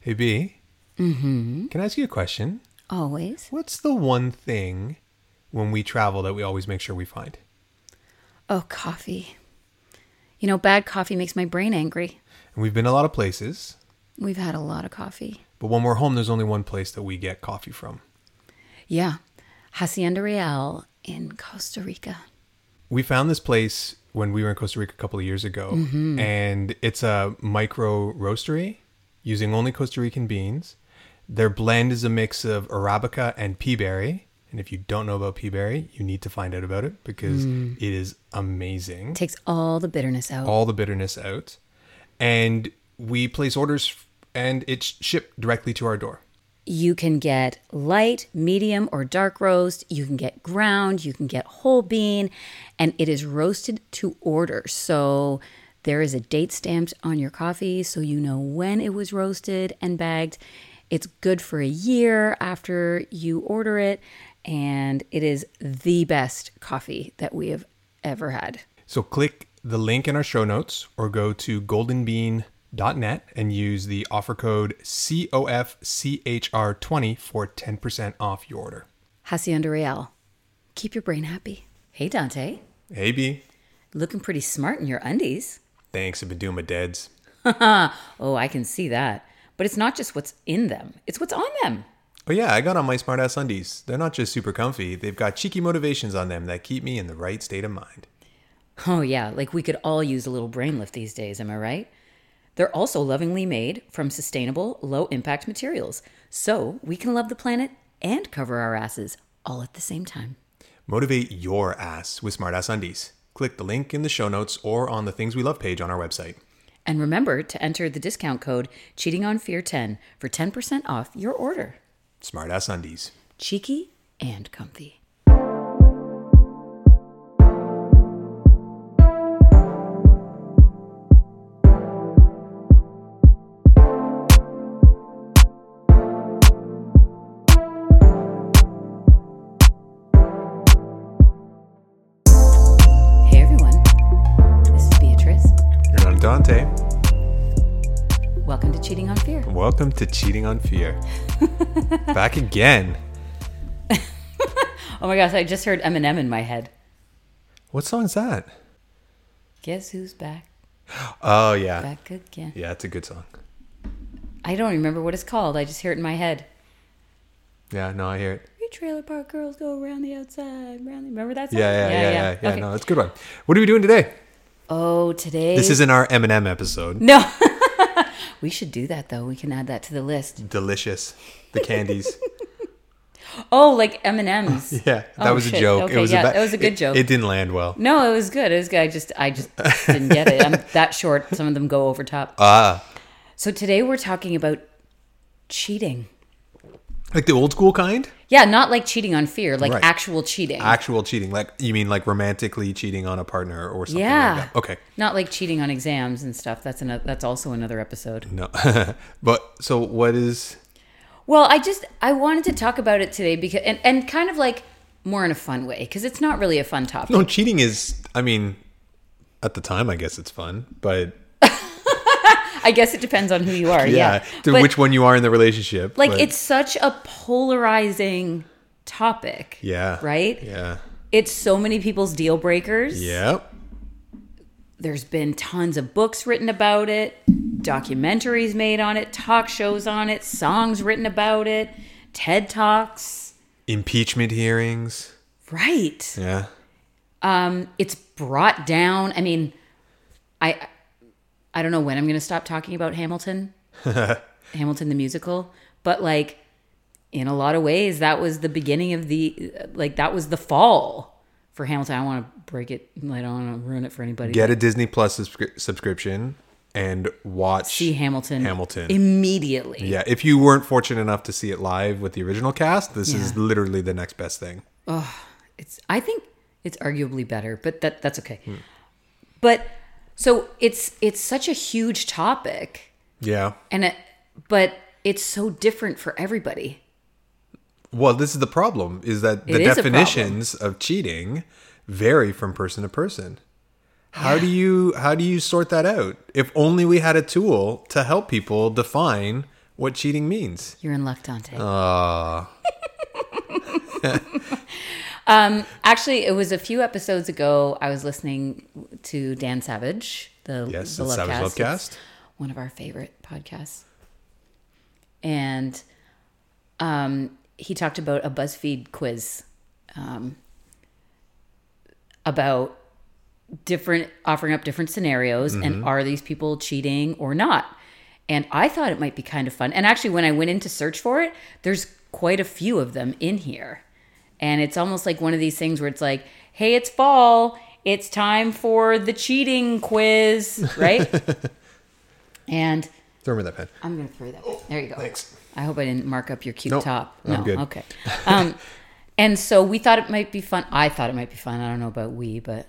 Hey, B. Mm-hmm. Can I ask you a question? Always. What's the one thing when we travel that we always make sure we find? Oh, coffee. You know, bad coffee makes my brain angry. And we've been a lot of places, We've had a lot of coffee. but when we're home, there's only one place that we get coffee from. Yeah. Hacienda Real in Costa Rica. We found this place when we were in Costa Rica a couple of years ago, and it's a micro roastery using only Costa Rican beans. Their blend is a mix of arabica and pea berry. And if you don't know about pea berry, you need to find out about it because it is amazing. Takes all the bitterness out. all the bitterness out, and we place orders f- and it's shipped directly to our door. You can get light, medium, or dark roast. You can get ground. You can get whole bean. And it is roasted to order. So there is a date stamped on your coffee so you know when it was roasted and bagged. It's good for a year after you order it. And it is the best coffee that we have ever had. So click the link in our show notes or go to goldenbean.net and use the offer code COFCHR20 for 10% off your order. Hacienda Real. Keep your brain happy. Hey, Dante. Hey B, Looking pretty smart in your undies. thanks. I've been doing my deads. Oh, I can see that. But it's not just what's in them, it's what's on them. Oh yeah, I got on my smartass undies. They're not just super comfy; they've got cheeky motivations on them that keep me in the right state of mind. Oh, yeah, like we could all use a little brain lift these days, am I right? They're also lovingly made from sustainable, low impact materials, so we can love the planet and cover our asses all at the same time. Motivate your ass with smartass undies. Click the link in the show notes or on the Things We Love page on our website. And remember to enter the discount code Cheating on Fear 10 for 10% off your order. Smartass Undies. Cheeky and comfy. Hey everyone, this is Beatrice. And I'm Dante. Welcome to Cheating on Fear. Welcome to Cheating on Fear. Back again. Oh my gosh, I just heard Eminem in my head. What song's that? Guess who's back? Oh, yeah. Back again. Yeah, it's a good song. I don't remember what it's called. I just hear it in my head. Yeah, no, I hear it. We trailer park girls go around the outside. Around the... Remember that song? Yeah, yeah, yeah, yeah. yeah, Okay. No, that's a good one. What are we doing today? Oh, today. This isn't our Eminem episode. No. we should do that though. We can add that to the list. Delicious. The candies. Oh, like M and M's. yeah, that Oh, was a shit. joke. Okay, yeah, ba- that was a good it- joke. It didn't land well. No, it was good. It was good. I just, I just didn't get it. I'm that short. Some of them go over top. Ah. So today we're talking about cheating. Like the old school kind? Yeah, not like cheating on fear, like Right. actual cheating. Actual cheating. Like, you mean like romantically cheating on a partner or something Yeah. like that? Okay. not like cheating on exams and stuff. That's another. That's also another episode. No. but so what is Well, I just I wanted to talk about it today because and, and kind of like more in a fun way because it's not really a fun topic. No, cheating is I mean at the time I guess it's fun, but I guess it depends on who you are. yeah, yeah. to But, which one you are in the relationship. like but- it's such a polarizing topic. yeah. Right? Yeah. It's so many people's deal breakers. Yeah. There's been tons of books written about it, documentaries made on it, talk shows on it, songs written about it, TED Talks. Impeachment hearings. Right. Yeah. um, it's brought down. I mean, I I don't know when I'm going to stop talking about Hamilton, Hamilton the musical, but like in a lot of ways, that was the beginning of the like that was the fall for Hamilton. I want to break it. I don't want to ruin it for anybody. Get a Disney Plus subscri- subscription and watch See Hamilton, Hamilton. immediately. yeah, if you weren't fortunate enough to see it live with the original cast, this is Yeah. literally the next best thing. it's I think it's arguably better, but that that's okay. But so it's it's such a huge topic, Yeah. and it, but it's so different for everybody. Well, this is the problem is that the It is a problem. definitions of cheating vary from person to person. How do you how do you sort that out? If only we had a tool to help people define what cheating means. You're in luck, Dante. Uh. um, actually, it was a few episodes ago. I was listening to Dan Savage, the Yes, the it's Savage Lovecast. Lovecast. It's one of our favorite podcasts, and um, he talked about a BuzzFeed quiz um, about different offering up different scenarios and are these people cheating or not and i thought it might be kind of fun and actually when i went in to search for it there's quite a few of them in here and it's almost like one of these things where it's like hey it's fall it's time for the cheating quiz right and Throw me that pen. i'm gonna throw that there you go Thanks. I hope I didn't mark up your cute Nope, top. I'm good. Okay. Um, and so we thought it might be fun. I thought it might be fun. I don't know about we, but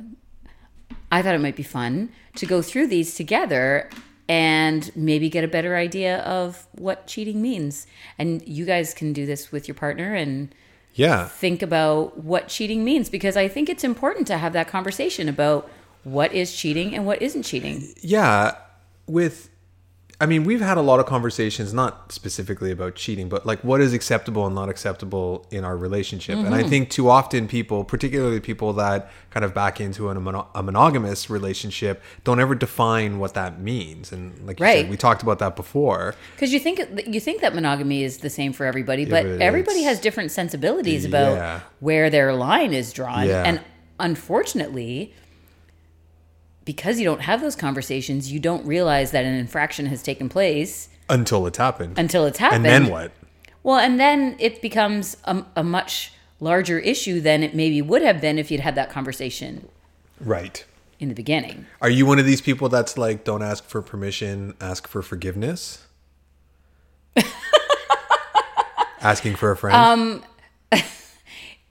I thought it might be fun to go through these together and maybe get a better idea of what cheating means. And you guys can do this with your partner and Yeah. think about what cheating means because I think it's important to have that conversation about what is cheating and what isn't cheating. yeah with i mean we've had a lot of conversations not specifically about cheating but like what is acceptable and not acceptable in our relationship and Mm-hmm. i think too often people particularly people that kind of back into an, mono- a monogamous relationship don't ever define what that means and like you said, Right. we talked about that before Because you think you think that monogamy is the same for everybody, but but everybody it's- has different sensibilities about Yeah. where their line is drawn, Yeah. and unfortunately, because you don't have those conversations, you don't realize that an infraction has taken place until it's happened until it's happened. and then what Well, and then it becomes a, a much larger issue than it maybe would have been if you'd had that conversation right in the beginning. are you one of these people that's like don't ask for permission ask for forgiveness asking for a friend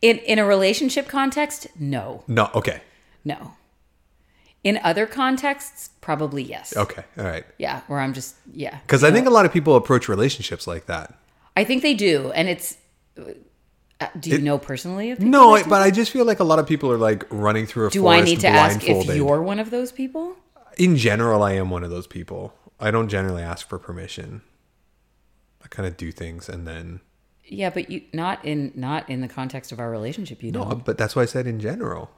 In in a relationship context, no, no okay no. In other contexts, probably yes. Okay, all right. Yeah, or I'm just yeah. Because I think a lot of people approach relationships like that. I think they do, and it's. Uh, do you know personally? Of people No, that I- but I just feel like a lot of people are like running through a do I forest need to ask if blindfolded. you're one of those people? In general, I am one of those people. I don't generally ask for permission. I kind of do things and then Yeah, but you not in not in the context of our relationship. You no, know, but that's why I said in general.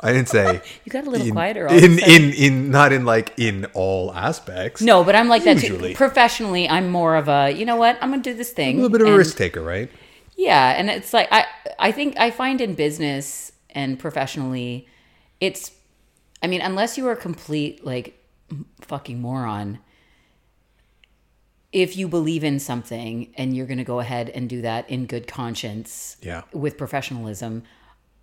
I didn't say you got a little in, quieter. All of a in, sudden. in in not in like in all aspects. no, but I'm like that too. Usually. Professionally, I'm more of a you know what I'm gonna do this thing. a little bit of a and- risk taker, right? Yeah, and it's like I I think I find in business and professionally, it's I mean, unless you are a complete like m- fucking moron, if you believe in something and you're going to go ahead and do that in good conscience Yeah. with professionalism,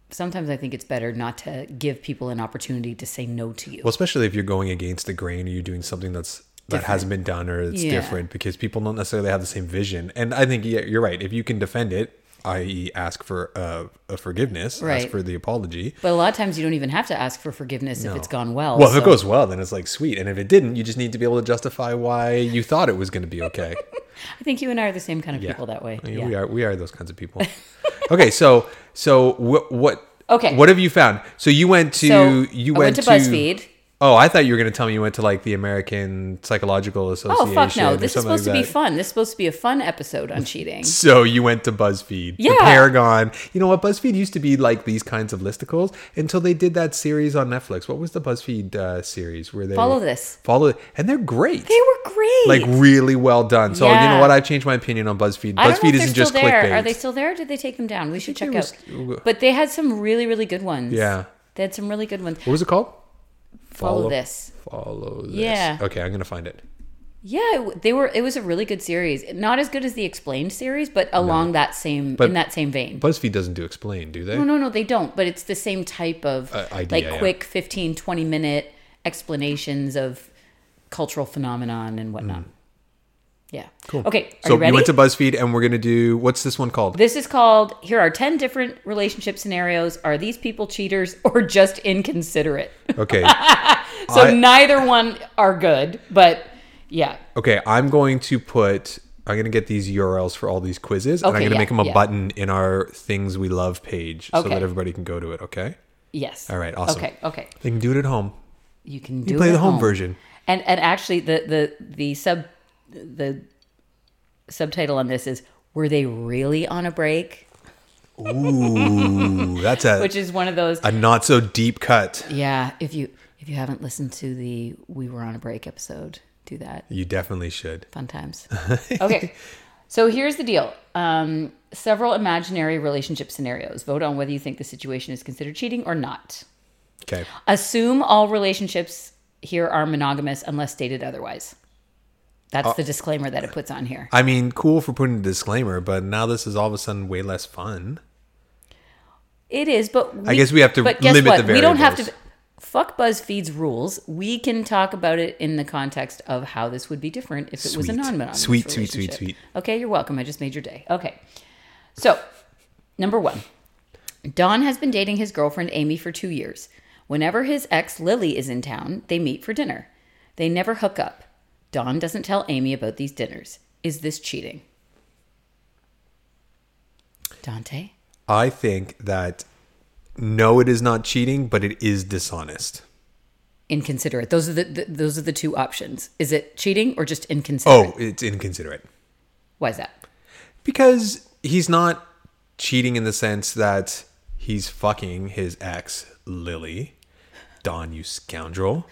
sometimes I think it's better not to give people an opportunity to say no to you. Well, especially if you're going against the grain or you're doing something that's that hasn't been done or it's Yeah. different because people don't necessarily have the same vision. And I think yeah, you're right. If you can defend it, i.e., ask for uh, a forgiveness, ask Right. for the apology. but a lot of times you don't even have to ask for forgiveness if it's gone well. Well, if so- it goes well, then it's like sweet. And if it didn't, you just need to be able to justify why you thought it was going to be okay. I think you and I are the same kind of Yeah. people that way. I mean, Yeah. We are we are those kinds of people. okay, so so what what Okay. what have you found? So you went to So, you I went to BuzzFeed. Oh, I thought you were going to tell me you went to like the American Psychological Oh Association. fuck no! or This is something like supposed to be that. fun. This is supposed to be a fun episode on cheating. So you went to BuzzFeed, Yeah. the Paragon. You know what? BuzzFeed used to be like these kinds of listicles until they did that series on Netflix. What was the BuzzFeed uh, series where they Follow This. Follow, and they're great. They were great. like really well done. So you know Yeah. what? I've changed my opinion on BuzzFeed. I don't know BuzzFeed if they're isn't just still there. clickbait. Are they still there? Or did they take them down? We should think check they out. was- But they had some really really good ones. Yeah. they had some really good ones. what was it called? Follow, Follow- this. Follow this. Yeah. Okay, I'm gonna find it. Yeah, it w- they were. It was a really good series. Not as good as the Explained series, but along that same But- in that same vein. BuzzFeed doesn't do explain, do they? no, no, no, they don't. But it's the same type of Uh, idea, like yeah. quick 15, 20 minute explanations of cultural phenomenon and whatnot. Yeah. Cool. Okay. Are Mm. So you ready? you went to BuzzFeed, and we're gonna do what's this one called? This is called Here Are 10 Different Relationship Scenarios. Are these people cheaters or just inconsiderate? Okay. So I- neither one are good, but yeah. Okay, I'm going to put. I'm going to get these URLs for all these quizzes, and I'm Okay, going to yeah, make them a yeah. button in our things we love page, so Okay. that everybody can go to it. Okay, Yes. All right, awesome. Okay, okay. they can do it at home. You can do You play it the at home, version. And and actually the the the sub the subtitle on this is Were They Really on a Break? Ooh, that's a Which is one of those a not so deep cut. Yeah, if you if you haven't listened to the We Were on a Break episode, do that. You definitely should. Fun times. Okay. So here's the deal. Um, several imaginary relationship scenarios. Vote on whether you think the situation is considered cheating or not. Okay. Assume all relationships here are monogamous unless stated otherwise. That's the disclaimer that it puts on here. I mean, cool for putting a disclaimer, but now this is all of a sudden way less fun. It is, but we, I guess we have to but guess limit what? the We don't have to. variables. Fuck BuzzFeed's rules. We can talk about it in the context of how this would be different if it was a Sweet. non-monogamous Sweet, sweet, sweet, relationship. sweet. Okay, you're welcome. I just made your day. Okay, so number one, Don has been dating his girlfriend Amy for two years. Whenever his ex Lily is in town, they meet for dinner. They never hook up. Don doesn't tell Amy about these dinners. Is this cheating? Dante. I think that no, it is not cheating, but it is dishonest. inconsiderate. Those are the, the those are the two options. Is it cheating or just inconsiderate? Oh, it's inconsiderate. Why is that? Because he's not cheating in the sense that he's fucking his ex, Lily. Don, you scoundrel.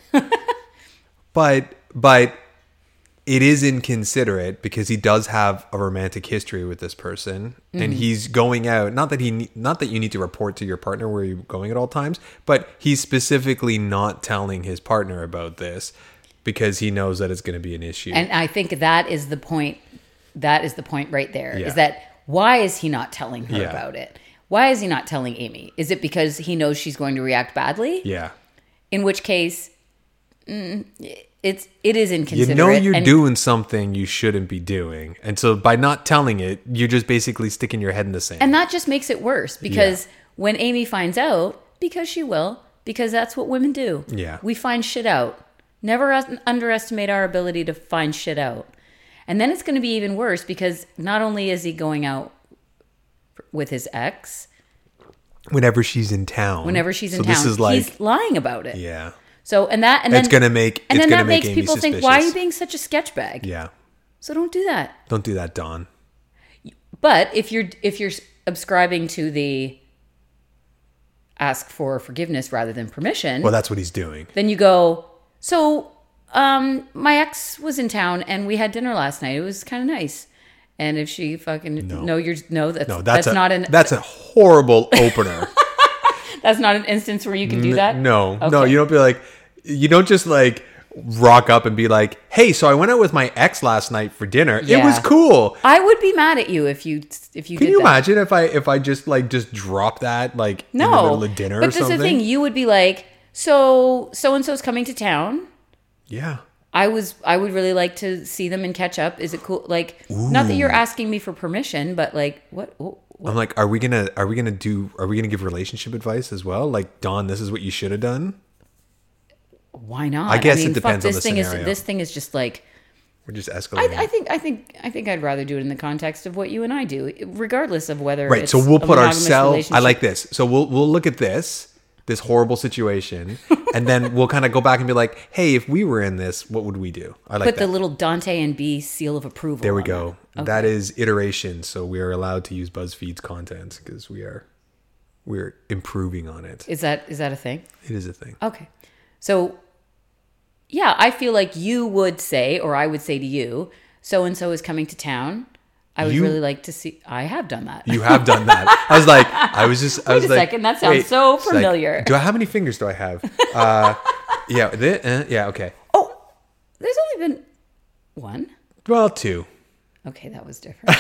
but but it is inconsiderate because he does have a romantic history with this person and he's going out not that he ne- not that you need to report to your partner where you're going at all times but he's specifically not telling his partner about this because he knows that it's going to be an issue And I think that is the point. That is the point right there. Is Yeah. that why is he not telling her Yeah. about it? Why is he not telling Amy? Is it because he knows she's going to react badly? yeah In which case, mm, it's it is You inconsiderate. know you're and doing something you shouldn't be doing. And so by not telling it, you're just basically sticking your head in the sand. And that just makes it worse because when Amy finds out, because she will, because that's what women do. Yeah. We find shit out. Never us- underestimate our ability to find shit out. And then it's going to be even worse because not only is he going out with his ex, whenever she's in town. whenever she's in so town, this is like he's lying about it. yeah. So, and that, and then, it's going to make and it's then going to that make makes Amy people suspicious. think, why are you being such a sketchbag? yeah. So don't do that. Don't do that, Don. But if you're if you're subscribing to the ask for forgiveness rather than permission, Well, that's what he's doing. then you go, so um, my ex was in town and we had dinner last night. It was kind of nice. And if she fucking no, you're no, that's No, that's, that's, a, not an that's a horrible opener. that's not an instance where you can do that. no. No, Okay. you don't be like you don't just like rock up and be like, "Hey, so I went out with my ex last night for dinner. It Yeah. was cool." I would be mad at you if you if you Can did you that. imagine if I if I just like just drop that like no, in the middle of dinner or but this something? is the thing. You would be like, so so and so's coming to town. Yeah. I was I would really like to see them and catch up. Is it cool? Like, not that you're asking me for permission, but like, what? what I'm like, are we gonna are we gonna do are we gonna give relationship advice as well? Like, Don, this is what you should have done. why not? I guess it fuck, depends on this the thing scenario. Is, this thing is just like We're just I, escalating. I think I think I think I'd rather do it in the context of what you and I do, regardless of whether right. It's So we'll a put monogamous ourselves. I relationship. like this. So we'll we'll look at this this horrible situation, and then we'll kind of go back and be like, hey, if we were in this, what would we do? I like put that. the little Dante and B seal of approval. there we on go. That is iteration. So we are allowed to use BuzzFeed's content because we are we're improving on it. it. Is that is that a thing? It is a thing. Okay, so yeah, I feel like you would say, or I would say to you, so and so is coming to town. I would You- really like to see. I have done that. You have done that. I was like, I was just. I Wait was a like, second, that sounds so it's like, familiar. do I? How many fingers do I have? Uh, yeah. Th- uh, yeah. Okay. oh, there's only been one. Well, two. Okay, that was different.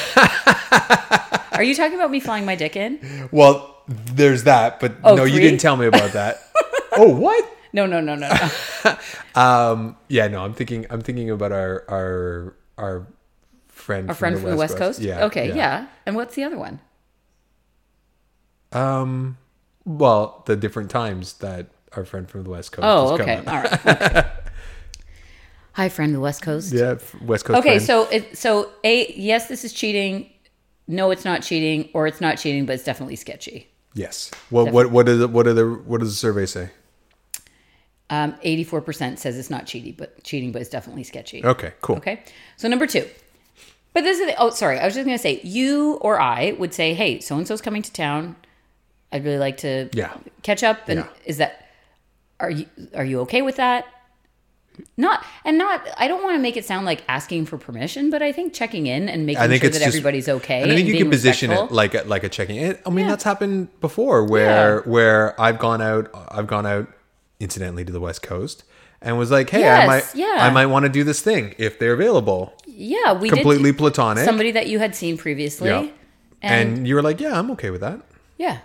Are you talking about me flying my dick in? Well, there's that, but Oh, no, you three? didn't tell me about that. oh, what? No, no, no, no, no. Yeah. No, I'm thinking. I'm thinking about our our our friend. A friend from the West Coast? Yeah. Okay, yeah. And what's the other one? Well, the different times that our friend from the West Coast. has Oh, come okay. up. All right. Okay. Hi, friend of the West Coast. Yeah, f- West Coast. Okay, friend. so it, so a yes, this is cheating. No, it's not cheating, or it's not cheating, but it's definitely sketchy. yes. What what what is it, what are the what does the survey say? Um, Eighty-four percent says it's not cheating, but cheating, but it's definitely sketchy. Okay. Cool. Okay. So number two, But this is the, oh, sorry. I was just gonna say you or I would say, hey, so and so's coming to town. I'd really like to Yeah. catch up. And Yeah. is that are you are you okay with that? Not and not. I don't want to make it sound like asking for permission, but I think checking in and making I think sure it's that just- everybody's okay. And I think you being can position respectful. it like a, like a checking. It, I mean, that's happened before where where I've gone out, I've gone out, incidentally to the West Coast, and was like, hey, I Yes, might, yeah. I might want to do this thing if they're available. yeah, we did- Completely platonic. Somebody that you had seen previously, Yeah. And, you were like, yeah, I'm okay with that. yeah,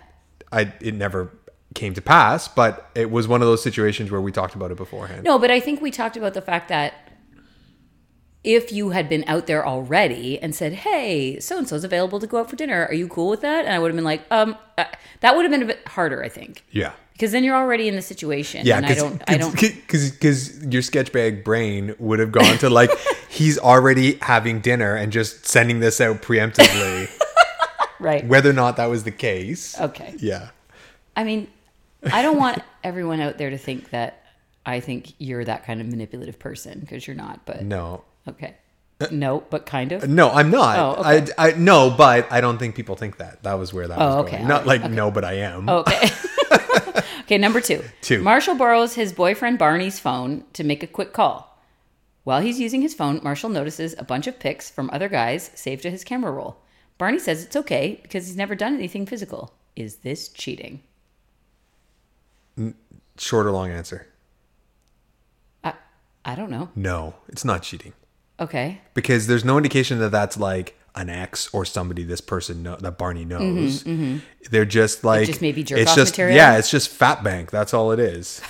I it never came to pass, but it was one of those situations where we talked about it beforehand. No, but I think we talked about the fact that if you had been out there already and said, "Hey, so and so's available to go out for dinner. Are you cool with that?" and I would have been like, "Um, uh, that would have been a bit harder, I think, Yeah. because then you're already in the situation." Yeah, and I don't, I don't. because because your sketchbag brain would have gone to like he's already having dinner and just sending this out preemptively, Right. whether or not that was the case. Okay. Yeah, I mean, I don't want everyone out there to think that I think you're that kind of manipulative person because you're not. But no, okay, no, but kind of. no, I'm not. Oh, okay. Oh, I, I no, but I don't think people think that. That was where that was okay, Oh. going. all Not right, like no, but I am. Okay. okay, number two. Two. Marshall borrows his boyfriend Barney's phone to make a quick call. While he's using his phone, Marshall notices a bunch of pics from other guys saved to his camera roll. Barney says it's okay because he's never done anything physical. Is this cheating? Short or long answer? I, I don't know. No, it's not cheating. Okay. because there's no indication that that's like an ex or somebody this person know, that Barney knows. They're just like Mm-hmm, just may be jerk it's off just material? yeah, it's just fat bank. That's all it is.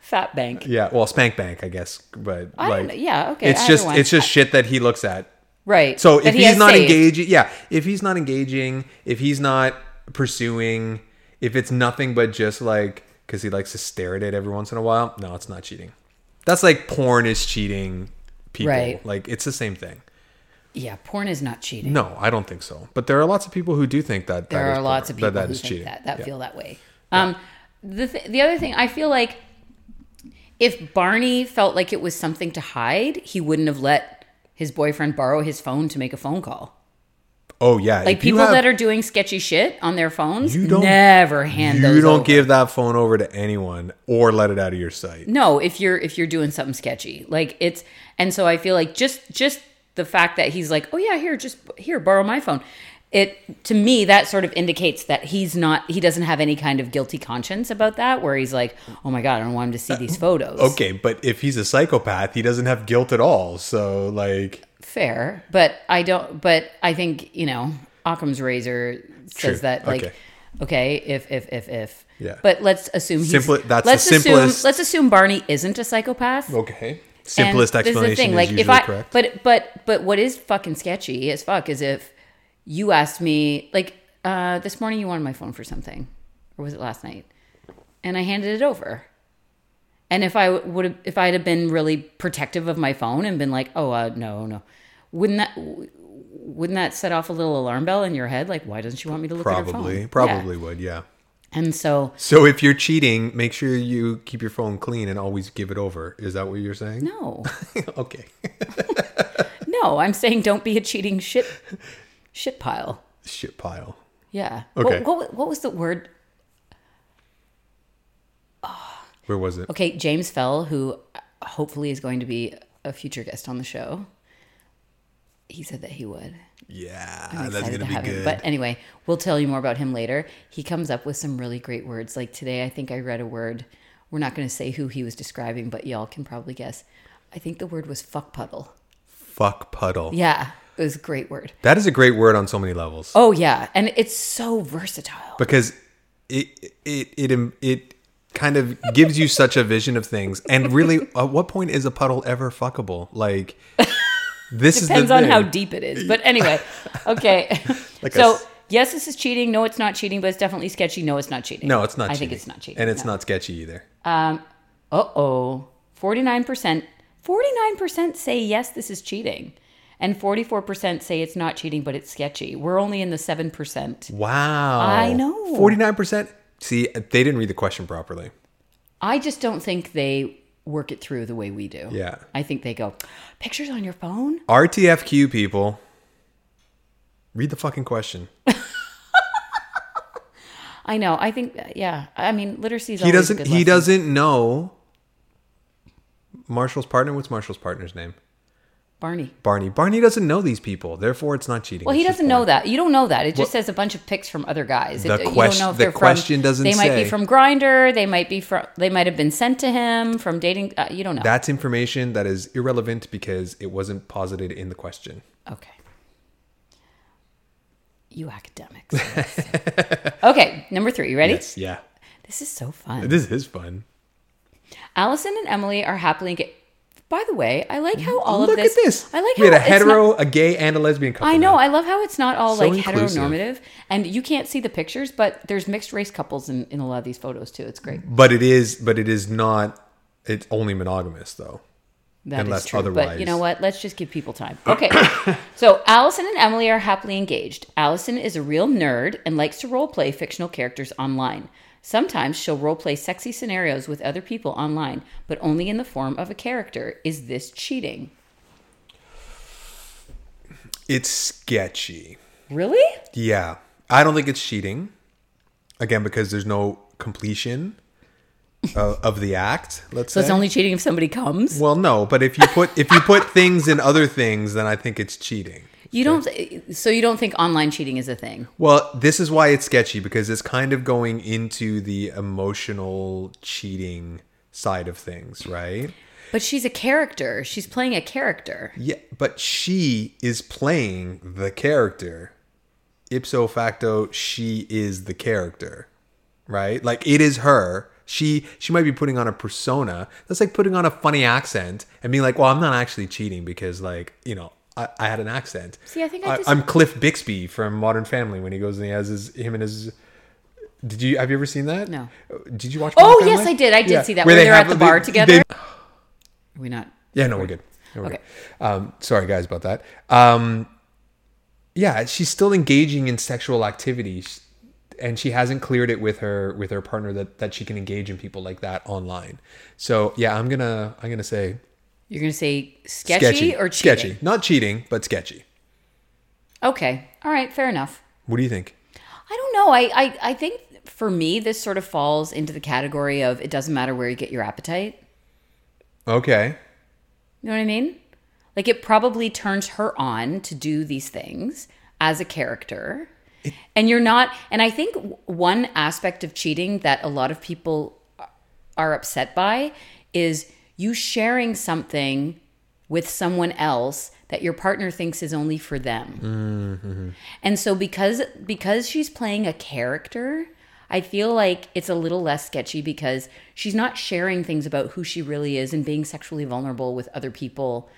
Fat bank. Yeah, well, spank bank, I guess, but I like don't know. Yeah, okay. it's either just one. it's just shit that he looks at. right. So that if he he's has not saved. engaging, yeah, if he's not engaging, if he's not pursuing, if it's nothing but just like because he likes to stare at it every once in a while, no, it's not cheating. That's like porn is cheating people. Right. Like it's the same thing. Yeah, porn is not cheating. No, I don't think so. But there are lots of people who do think that. there that is are lots of proper- people that, that who is think cheating. that that Yeah. feel that way. Um, the th- the other thing I feel like if Barney felt like it was something to hide, he wouldn't have let his boyfriend borrow his phone to make a phone call. Oh yeah, Like people that are doing sketchy shit on their phones, You don't- never hand you those. don't over. give that phone over to anyone or let it out of your sight. no if you're if you're doing something sketchy like it's and so i feel like just just the fact that he's like oh yeah here just here borrow my phone it to me that sort of indicates that he's not he doesn't have any kind of guilty conscience about that where he's like oh my god i don't want him to see these photos Uh, Okay, but if he's a psychopath, he doesn't have guilt at all. So like, fair but i don't but i think you know occam's razor True. says that like Okay. okay. if if if if Yeah. but let's assume he's, Simpli- that's the let's simplest- assume let's assume barney isn't a psychopath okay, And simplest this is the explanation is, thing, like, usually if I, correct. But but but what is fucking sketchy as fuck is if you asked me like uh, this morning you wanted my phone for something, or was it last night? And I handed it over. And if I would have, if I'd have been really protective of my phone and been like, oh uh, no no, wouldn't that w- wouldn't that set off a little alarm bell in your head? Like why doesn't she want me to look at her phone? probably, Yeah. probably would. Yeah. And so So if you're cheating, make sure you keep your phone clean and always give it over. Is that what you're saying? no. okay. No, I'm saying don't be a cheating shit shit pile. Shit pile. Yeah. Okay. What, what, what was the word? Where was it? Okay, James Fell, who hopefully is going to be a future guest on the show. He said that he would. Yeah, I'm that's excited gonna to be have good. him. But anyway, we'll tell you more about him later. He comes up with some really great words. Like today, I think I read a word. We're not going to say who he was describing, but y'all can probably guess. I think the word was fuck puddle. Fuck puddle. Yeah, it was a great word. That is a great word on so many levels. Oh, yeah. And it's so versatile. because it it it it kind of gives you such a vision of things and really at what point is a puddle ever fuckable like this is depends the on thing. how deep it is. But anyway, okay. Like so a s- yes, this is cheating. No, it's not cheating, but it's definitely sketchy. No, it's not cheating. no it's not I cheating. think it's not cheating. and it's not sketchy either Uh oh, forty nine percent. Forty nine percent say yes, this is cheating, and forty four percent say it's not cheating, but it's sketchy. We're only in the seven percent. wow I know. 49% see they didn't read the question properly I just don't think they work it through the way we do. Yeah. I think they go, pictures on your phone? RTFQ people. Read the fucking question. I know. I think, yeah. I mean, literacy is He always a doesn't good he lesson. doesn't know Marshall's partner. What's Marshall's partner's name? Barney. Barney. Barney doesn't know these people. Therefore, it's not cheating. Well, he It's just doesn't know porn. that. You don't know that. It just says a bunch of pics from other guys. The it, quest- you don't know if the they're question from, doesn't They might be say. from Grinder. They might be from. They might have been sent to him from dating. Uh, you don't know. That's information that is irrelevant because it wasn't posited in the question. okay. You academics. okay, number three. You ready? Yes. Yeah. This is so fun. This is fun. Allison and Emily are happily. Ga- By the way, I like how all Look of this. at this. I like we had how a it's not- hetero, a gay, and a lesbian couple. I know. now. I love how it's not all So like inclusive. heteronormative, and you can't see the pictures, but there's mixed race couples in, in a lot of these photos too. It's great. But it is. But it is not. It's only monogamous though. That is Unless true. But you otherwise- know what? Let's just give people time. Okay. so Allison and Emily are happily engaged. Allison is a real nerd and likes to roleplay fictional characters online. Sometimes she'll roleplay sexy scenarios with other people online, but only in the form of a character. Is this cheating? It's sketchy. Really? Yeah. I don't think it's cheating. Again, because there's no completion of, of the act. Let's So say. it's only cheating if somebody comes? well, no, but if you put if you put things in other things, then I think it's cheating. You don't so you don't think online cheating is a thing. Well, this is why it's sketchy because it's kind of going into the emotional cheating side of things, right? But she's a character. She's playing a character. Yeah, but she is playing the character. Ipso facto, she is the character, right? Like it is her. She she might be putting on a persona. That's like putting on a funny accent and being like, "Well, I'm not actually cheating because, like, you know, I, I had an accent." See, I think I dis- am Cliff Bixby from Modern Family when he goes and he has his him and his. Did you have you ever seen that? No. Did you watch? Oh, Modern yes, Family? I did. I did see that, where they're at have- the bar together. they- Are we not yeah, no, we're good. No, we're Okay. good. Um, sorry, guys, about that. Um, yeah, she's still engaging in sexual activities, and she hasn't cleared it with her with her partner that that she can engage in people like that online. So yeah, I'm gonna I'm gonna say You're going to say sketchy, sketchy, or cheating? sketchy, not cheating, but sketchy. Okay. All right. Fair enough. What do you think? I don't know. I, I, I think for me, this sort of falls into the category of it doesn't matter where you get your appetite. Okay, You know what I mean? Like it probably turns her on to do these things as a character. and you're not, and I think w- one aspect of cheating that a lot of people are upset by is you sharing something with someone else that your partner thinks is only for them. And so because because she's playing a character, I feel like it's a little less sketchy because she's not sharing things about who she really is and being sexually vulnerable with other people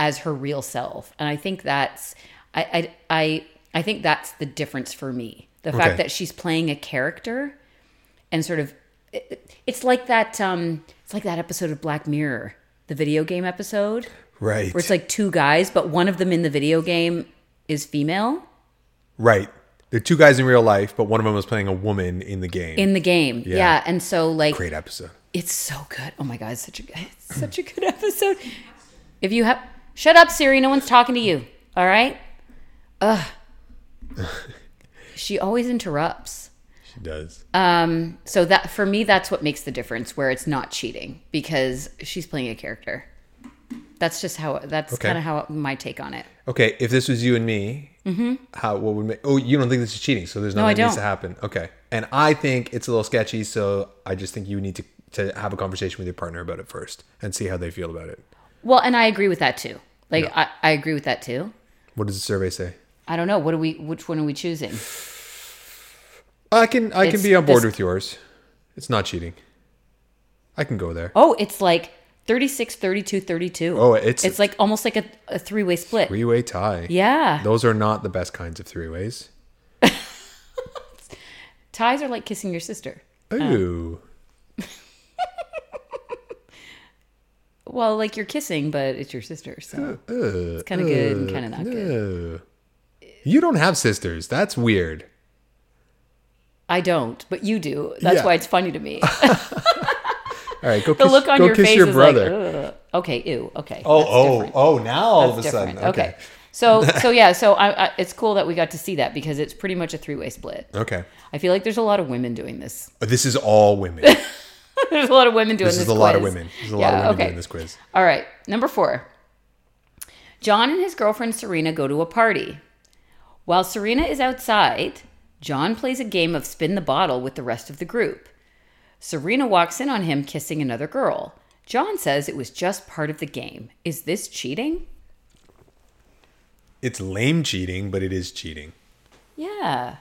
as her real self. And I think that's I I I, I think that's the difference for me. The Okay. fact that she's playing a character and sort of it, it's like that um it's like that episode of Black Mirror, the video game episode right, where it's like two guys, but one of them in the video game is female. right. They're two guys in real life, but one of them was playing a woman in the game. in the game. Yeah. And so like Great episode. it's so good. Oh my god, it's such a good it's such a good episode. If you have shut up, Siri, no one's talking to you. All right? Ugh. she always interrupts. She does. Um, so that for me that's what makes the difference where it's not cheating because she's playing a character. That's just how that's Okay. kind of how my take on it. Okay, if this was you and me, how what would make? Oh, you don't think this is cheating, so there's nothing Mm-hmm. I that needs to don't. happen. Okay, and I think it's a little sketchy, so I just think you need to to have a conversation with your partner about it first and see how they feel about it. Well, and I agree with that too. Like I, I agree with that too. What does the survey say? I don't know. What are we which one are we choosing? I can I can It's be on board this- with yours. It's not cheating. I can go there. Oh, it's like 36, 32, 32. Oh, it's- it's like almost like a, a three way split. Three way tie. yeah. Those are not the best kinds of three ways. Ties are like kissing your sister. Ooh. Well, like you're kissing, but it's your sister. So it's kind of good and kind of not good. Ooh. You don't have sisters. That's weird. I don't, but you do. That's Yeah. why it's funny to me. All right, go The kiss, look on go your kiss face your is brother. like, "Ugh." okay, ew, okay. oh, that's oh, different. oh! Now all That's of a sudden, different. Okay. So, so yeah, so I, I, it's cool that we got to see that because it's pretty much a three-way split. okay. Uh, I feel like there's a lot of women doing this. This is all women. there's a lot of women doing this. This is a lot of quiz. women. There's a lot of Yeah, women okay. doing this quiz. All right, number four. John and his girlfriend Serena go to a party. While Serena is outside, John plays a game of spin the bottle with the rest of the group. Serena walks in on him kissing another girl. John says it was just part of the game. Is this cheating? It's lame cheating, but it is cheating. Yeah.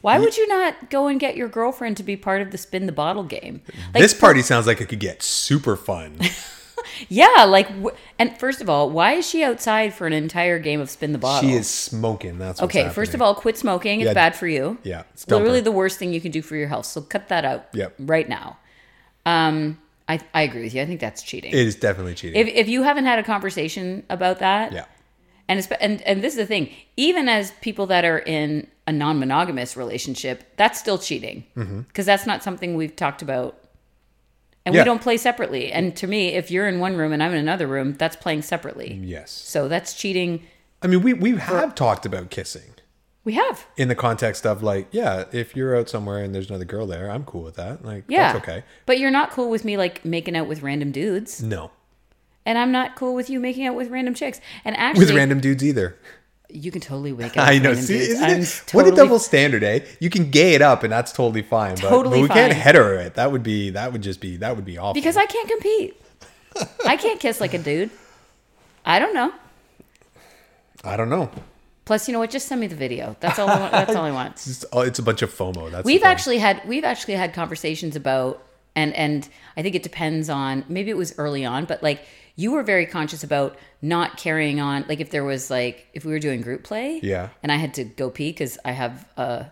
Why would you not go and get your girlfriend to be part of the spin the bottle game? Like, this party sounds like it could get super fun. yeah, like, wh- and first of all, why is she outside for an entire game of spin the bottle? she is smoking. That's what's Okay, first of happening. all, quit smoking. It's Yeah. bad for you. Yeah, it's dumper. literally the worst thing you can do for your health. So cut that out Yep. right now. Um, I, I agree with you. I think that's cheating. it is definitely cheating. if, if you haven't had a conversation about that, yeah, and, it's, and and this is the thing, even as people that are in a non monogamous relationship, that's still cheating because Mm-hmm. that's not something we've talked about. And Yeah. we don't play separately. And to me, if you're in one room and I'm in another room, that's playing separately. yes. So that's cheating. I mean, we we have talked about kissing We have. in the context of like, yeah, if you're out somewhere and there's another girl there, I'm cool with that. Like, Yeah. that's okay. But you're not cool with me like making out with random dudes. No, And I'm not cool with you making out with random chicks. And actually with random dudes either. you can totally make out I with know. random See, dudes. isn't I'm it? totally, What a double standard, eh? You can gay it up, and that's totally fine. But, Totally but we can't fine. hetero it. That would be. That would just be. That would be awful. because I can't compete. I can't kiss like a dude. I don't know. I don't know. Plus, you know what? Just send me the video. That's all I want. That's all I want. It's, oh, it's a bunch of FOMO. That's the we've thing. actually had we've actually had conversations about and and i think it depends on maybe it was early on but like you were very conscious about not carrying on like if there was like if we were doing group play Yeah. and i had to go pee because i have a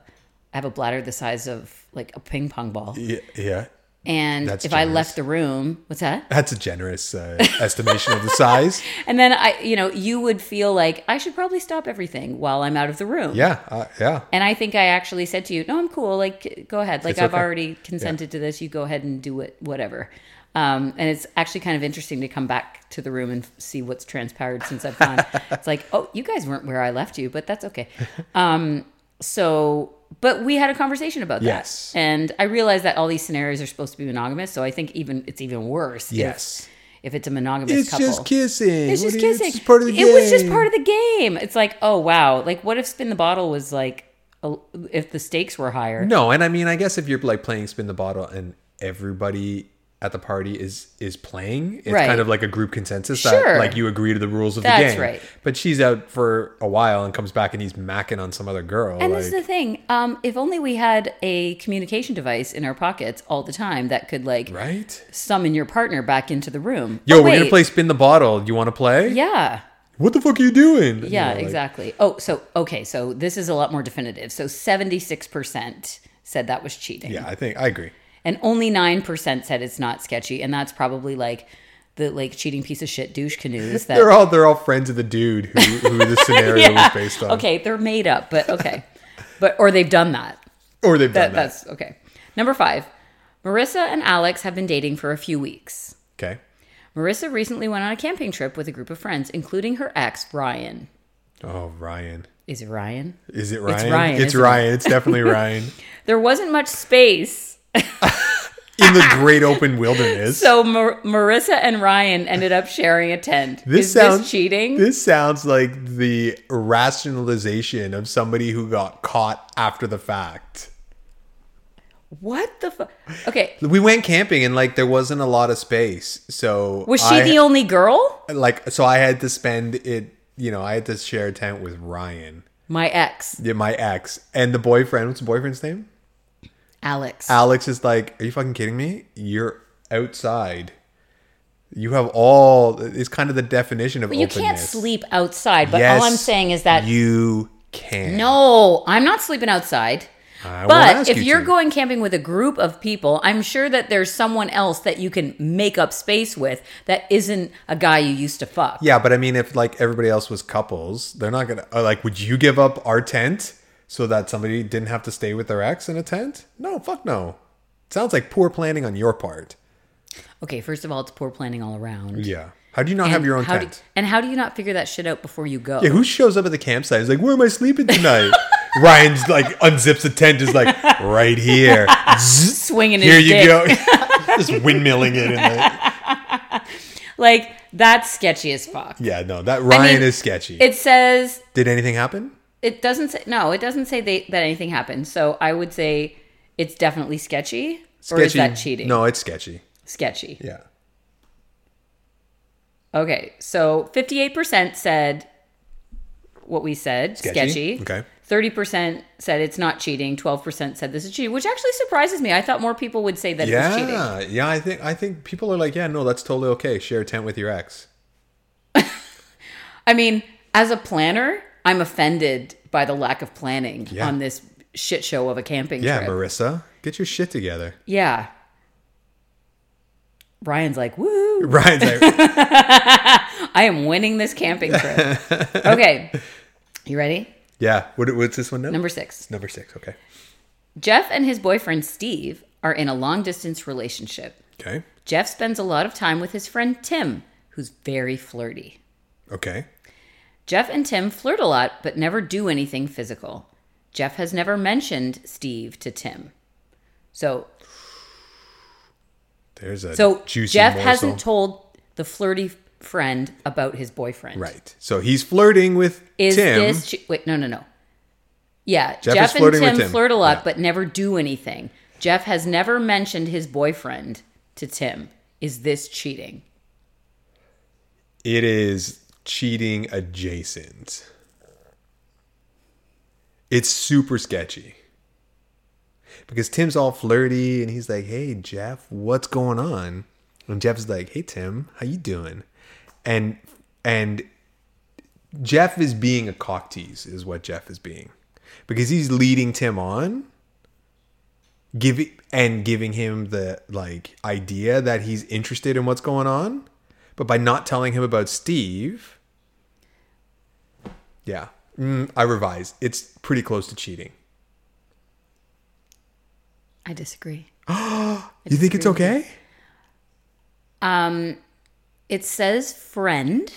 i have a bladder the size of like a ping pong ball Yeah, yeah. and if that's i generous. left the room what's that That's a generous uh, estimation of the size. and then i you know you would feel like i should probably stop everything while i'm out of the room Yeah, uh, yeah. And I think I actually said to you, "No, I'm cool. Like, go ahead. Like, It's I've okay. already consented to this. You go ahead and do it, whatever." Um, and it's actually kind of interesting to come back to the room and see what's transpired since I've gone. it's like, oh, you guys weren't where I left you, but that's okay. Um, so, but we had a conversation about that, Yes. and I realized that all these scenarios are supposed to be monogamous. So I think even it's even worse. if- Yes. if, it's a monogamous It's couple. just kissing. It's What just do you- kissing. just part of the it was just game. part of the game. It's like, oh wow, like what if spin the bottle was like, a, if the stakes were higher? No, and I mean, I guess if you're like playing spin the bottle and everybody at the party is is playing, it's Right. kind of like a group consensus Sure. that like you agree to the rules of the That's game. right. But she's out for a while and comes back and he's macking on some other girl. And like, this is the thing. Um, if only we had a communication device in our pockets all the time that could like right? summon your partner back into the room. Yo, Oh, we're gonna wait. play spin the bottle. You want to play? Yeah. What the fuck are you doing? And Yeah, you're like, exactly. Oh, so okay, so this is a lot more definitive. So 76% said that was cheating. Yeah, I think I agree. and only 9% said it's not sketchy and that's probably like the like cheating piece of shit douche canoes that They're all they're all friends of the dude who, who the scenario Yeah. was based on. okay they're made up but okay but or they've done that Or they've done that that. that's okay number five marissa and alex have been dating for a few weeks Okay. marissa recently went on a camping trip with a group of friends including her ex ryan Oh, Ryan. is it ryan Is it Ryan? Ryan, It's isn't it? Ryan. It's definitely Ryan. there wasn't much space In the great open wilderness. so Mar- marissa and ryan ended up sharing a tent this is sounds this cheating This sounds like the rationalization of somebody who got caught after the fact. what the fuck okay We went camping and like there wasn't a lot of space, so was she I- the only girl like? So I had to spend it. You know, I had to share a tent with Ryan, My ex, yeah, my ex, and the boyfriend. What's the boyfriend's name? Alex. Alex is like, "Are you fucking kidding me? You're outside. You have all." It's kind of the definition of But you openness. can't sleep outside. But all I'm Yes, saying is that you can. Uh, no, I'm not sleeping outside. I won't But ask if you you're to. going camping with a group of people, I'm sure that there's someone else that you can make up space with that isn't a guy you used to fuck. Yeah, but I mean, if like everybody else was couples, they're not gonna uh, like. Would you give up our tent so that somebody didn't have to stay with their ex in a tent? No, fuck no. Sounds like poor planning on your part. Okay, first of all, it's poor planning all around. Yeah. How do you not And have your own how tent? Do, and how do you not figure that shit out before you go? yeah, who shows up at the campsite? Is like, where am I sleeping tonight? Ryan's like unzips the tent, is like right here. Zzz, Swinging here his you dick. go. Just windmilling it. In the, Like that's sketchy as fuck. yeah, no, that Ryan mean, is sketchy. It says Did anything happen? it doesn't say no. It doesn't say they, that anything happened. So I would say it's definitely sketchy. Or is that cheating? No, it's sketchy. Sketchy. Yeah. Okay, so 58% said what we said, sketchy. Sketchy, okay. 30% said it's not cheating. 12% said this is cheating, which actually surprises me. I thought more people would say that it was cheating. Yeah, yeah. I think I think people are like, yeah, no, that's totally okay. Share a tent with your ex. I mean, as a planner, I'm offended by the lack of planning Yeah. on this shit show of a camping Yeah, trip. Marissa, get your shit together. yeah. Ryan's like, woo, Ryan's like, I am winning this camping trip. okay, you ready? yeah. What, what's this one? Now? Number six. number six. Okay. Jeff and his boyfriend Steve are in a long distance relationship. Okay. Jeff spends a lot of time with his friend Tim, who's very flirty. Okay. Jeff and Tim flirt a lot, but never do anything physical. Jeff has never mentioned Steve to Tim. So, There's a so juicy Jeff morsel. hasn't told the flirty friend about his boyfriend. right. So he's flirting with Is Tim. this che- wait? No, no, no. Yeah, Jeff Jeff, is and flirting with Tim, Tim. flirt a lot, Yeah. but never do anything. Jeff has never mentioned his boyfriend to Tim. Is this cheating? it is cheating adjacent. It's super sketchy. Because Tim's all flirty and he's like, "Hey Jeff, what's going on?" And Jeff's like, "Hey Tim, how you doing?" And and Jeff is being a cock tease is what Jeff is being. Because he's leading Tim on giving and giving him the like idea that he's interested in what's going on, but by not telling him about Steve, yeah, mm, I revise. It's pretty close to cheating. I disagree. you think it's okay? Um, it says friend,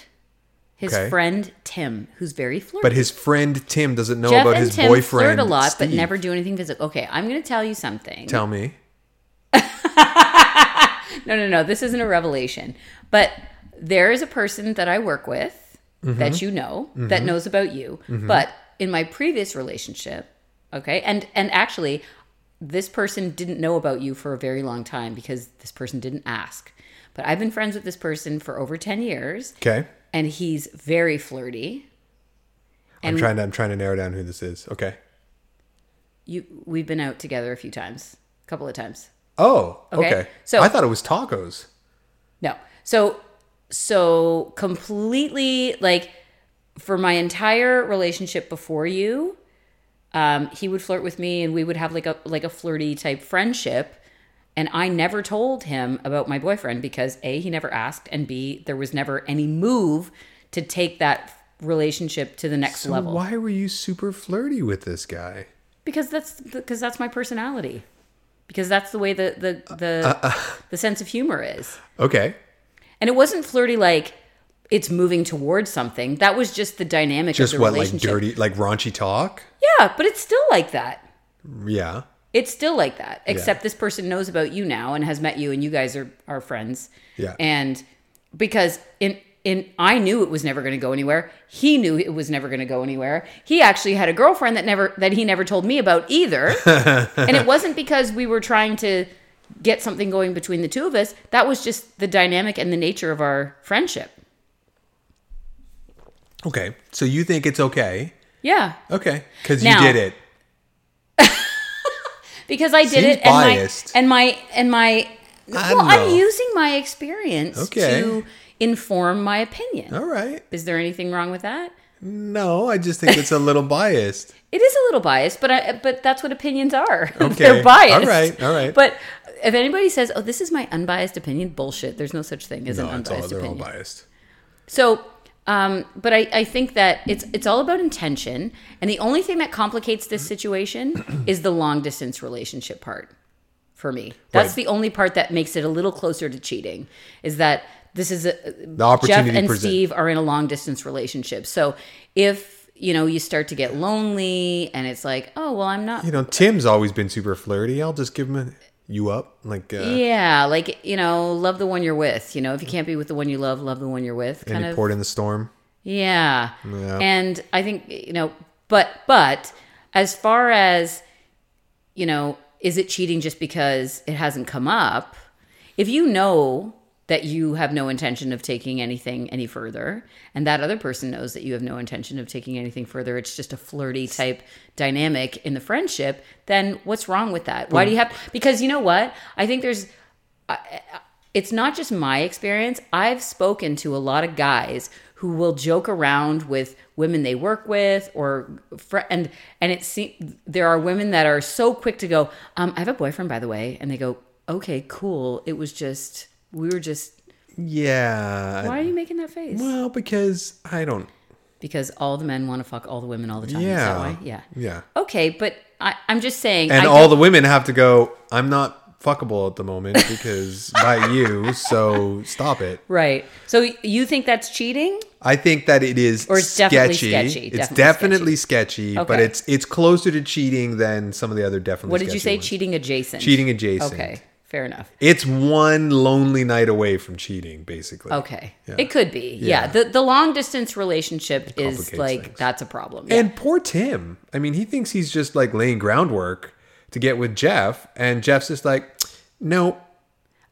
his Okay. friend Tim, who's very flirty. But his friend Tim doesn't know Jeff about and his Tim boyfriend. flirt a lot, but Steve. never do anything physical. Okay, I'm going to tell you something. tell me. No, no, no. This isn't a revelation. But there is a person that I work with Mm-hmm. that you know that knows about you. But in my previous relationship, okay, and and actually, this person didn't know about you for a very long time because this person didn't ask. But I've been friends with this person for over ten years, Okay, and he's very flirty. I'm trying to I'm trying to narrow down who this is. Okay. You, we've been out together a few times, a couple of times. Oh, okay. Okay, so- I thought it was tacos. No. So so completely like for my entire relationship before you, um, he would flirt with me and we would have like a like a flirty type friendship. And I never told him about my boyfriend because A, he never asked, and B, there was never any move to take that relationship to the next So level. why were you super flirty with this guy? Because that's because that's my personality. Because that's the way the the the, Uh, the sense of humor is. Okay. And it wasn't flirty like it's moving towards something. That was just the dynamic Just of the what like relationship. dirty like raunchy talk? Yeah, but it's still like that. Yeah. It's still like that. Except this person knows about you now and has met you and you guys are, are friends. Yeah. And because in in I knew it was never gonna go anywhere. He knew it was never gonna go anywhere. He actually had a girlfriend that never that he never told me about either. and it wasn't because we were trying to get something going between the two of us. That was just the dynamic and the nature of our friendship. Okay. So you think it's okay? Yeah. Okay. Because you Now- did it. because I did Seems it and biased. my and my and my I well, don't I'm know. using my experience Okay. to inform my opinion. All right. Is there anything wrong with that? No, I just think it's a little biased. It is a little biased, but I, but that's what opinions are. Okay. They're biased. All right, all right. But if anybody says, "Oh, this is my unbiased opinion," bullshit. There's no such thing as No, an it's all, unbiased they're all opinion. biased. So, um, but I, I think that it's it's all about intention, and the only thing that complicates this situation is the long distance relationship part. for me. That's the only part that makes it a little closer to cheating. Is that this is a the opportunity Jeff and present- Steve are in a long distance relationship. So if you know you start to get lonely and it's like, oh well, I'm not You know, Tim's always been super flirty. I'll just give him a you up. Like, uh, Yeah, like you know, love the one you're with. You know, if you can't be with the one you love, love the one you're with. Kind and he of, poured in the storm. yeah. Yeah. And I think you know, but but as far as you know, is it cheating just because it hasn't come up? If you know that you have no intention of taking anything any further, and that other person knows that you have no intention of taking anything further, it's just a flirty type dynamic in the friendship, then what's wrong with that? Why do you have, because you know what? I think there's, it's not just my experience. I've spoken to a lot of guys who will joke around with women they work with or fr- and and it seems there are women that are so quick to go um I have a boyfriend by the way and they go okay cool it was just we were just Yeah. why are you making that face Well, because I don't. because all the men want to fuck all the women all the time yeah Yeah. yeah Yeah. okay but I, I'm just saying And I all don't- the women have to go, I'm not fuckable at the moment because by you. So stop it. right so you think that's cheating I think that it is Or it's definitely sketchy, It's definitely definitely sketchy, but Okay. it's it's closer to cheating than some of the other definitely. what did sketchy you say ones. cheating adjacent Cheating adjacent. okay fair enough It's one lonely night away from cheating, basically. Okay. It could be. Yeah. The the long distance relationship is complicates like things. that's a problem. Yeah. And poor Tim. I mean, he thinks he's just like laying groundwork to get with Jeff, and Jeff's just like, nope.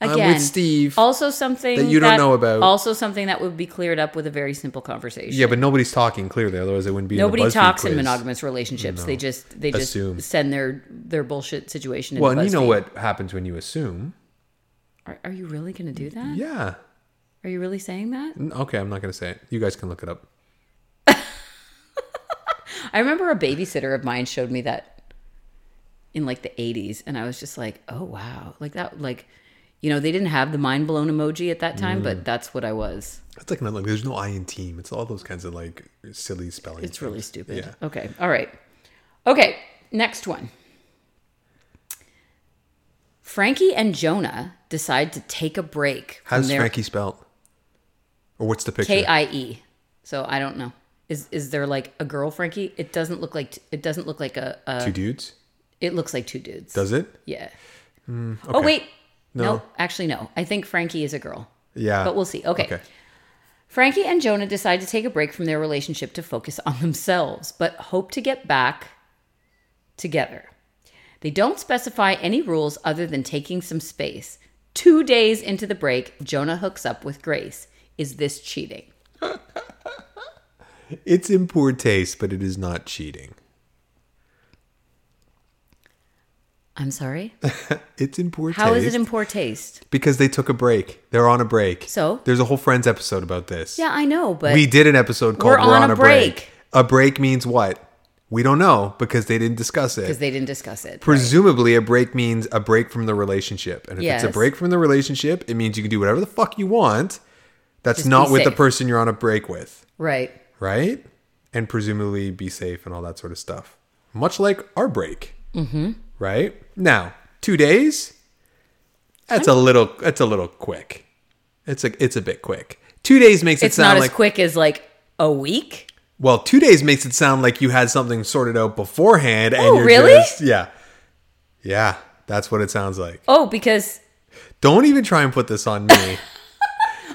I'm with Steve. Also something that you don't know about. Also something that would be cleared up with a very simple conversation. yeah, but nobody's talking clearly, otherwise it wouldn't be. Nobody in the BuzzFeed talks in quiz. monogamous relationships. They just they just Assume. send their their bullshit situation. Well, into and you know BuzzFeed. what happens when you assume. Are, are you really going to do that? Yeah. Are you really saying that? N- Okay, I'm not gonna say it. You guys can look it up. I remember a babysitter of mine showed me that in like the 80s and I was just like, "Oh wow." Like that like you know, they didn't have the mind blown emoji at that time, Mm. but that's what I was. That's like another. Like, there's no I in team. It's all those kinds of like silly spelling. It's really stupid. Yeah. Okay. All right. Okay. Next one. Frankie and Jonah decide to take a break from How's their Frankie spelled? Or what's the picture? K I E. So I don't know. Is is there like a girl Frankie? It doesn't look like it doesn't look like a. a Two dudes. it looks like two dudes. Does it? yeah. Oh okay. wait. No. no, actually no. I think Frankie is a girl. Yeah. But we'll see. Okay. Okay. Frankie and Jonah decide to take a break from their relationship to focus on themselves, but hope to get back together. They don't specify any rules other than taking some space. Two days into the break, Jonah hooks up with Grace. Is this cheating? It's in poor taste, but it is not cheating. I'm sorry. It's in poor How taste. is it in poor taste? because they took a break. They're on a break. So? there's a whole Friends episode about this. Yeah, I know, but we did an episode called We're on a break. A break means what? We don't know because they didn't discuss because it. they didn't discuss it. Presumably, a break means a break from the relationship, and if it's Yes. a break from the relationship, it means you can do whatever the fuck you want. That's Just not be with the safe. person you're on a break with. right. right? And presumably be safe and all that sort of stuff. Much like our break, mm-hmm. right? Now, two days. That's a little. That's a little quick. It's a. It's a bit quick. Two days makes it It's not sound as like quick as like a week. well. Two days makes it sound like you had something sorted out beforehand. and Oh, you're really? Just, yeah, yeah. That's what it sounds like. Oh, because Don't even try and put this on me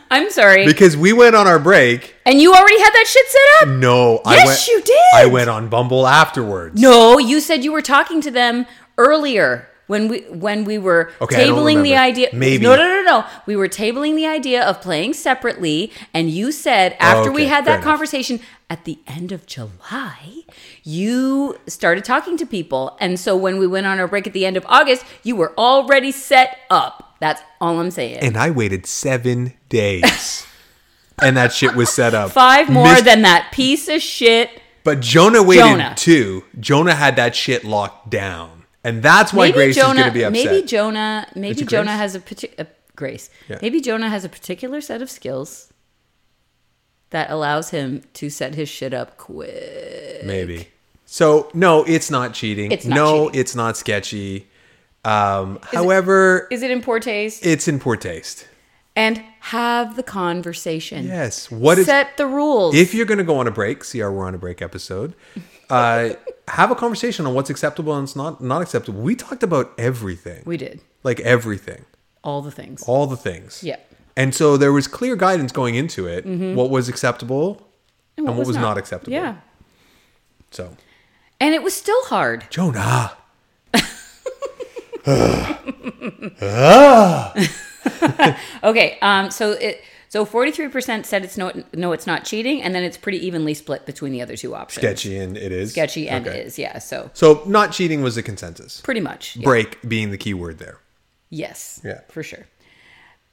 I'm sorry. because we went on our break. and you already had that shit set up? No, I Yes, went, you did. I went on Bumble afterwards. No, you said you were talking to them earlier when we when we were Okay, I don't tabling the remember. idea. Maybe. no, no, no, no. We were tabling the idea of playing separately, and you said after we okay, fair had that enough. conversation at the end of July, you started talking to people, and so when we went on our break at the end of August, you were already set up. That's all I'm saying. and I waited seven days, and that shit was set up. Five more Missed- than that piece of shit. But Jonah waited Jonah. two. Jonah had that shit locked down, and that's why Grace is going to be upset. Maybe Jonah. Maybe it Jonah Grace? has a, parti- a Grace. Yeah. Maybe Jonah has a particular set of skills that allows him to set his shit up quick. Maybe. So no, it's not cheating. It's not no, cheating. it's not sketchy. Um, however, Is it in poor taste? it's in poor taste. and have the conversation. Yes. What is Set the rules. if you're going to go on a break? See our we're on a break episode. Uh, have a conversation on what's acceptable and it's not not acceptable. We talked about everything, we did like everything, all the things. all the things. Yeah. Mm-hmm. And so there was clear guidance going into it. What was acceptable and what, was, not. acceptable. Yeah. So And it was still hard. Jonah. Okay, um, so it so forty three percent said it's no, no, it's not cheating, and then it's pretty evenly split between the other two options. Sketchy and it is. sketchy, and Okay. is yeah. So So not cheating was the consensus. pretty much, yeah. Break being the key word there. yes, Yeah. for sure.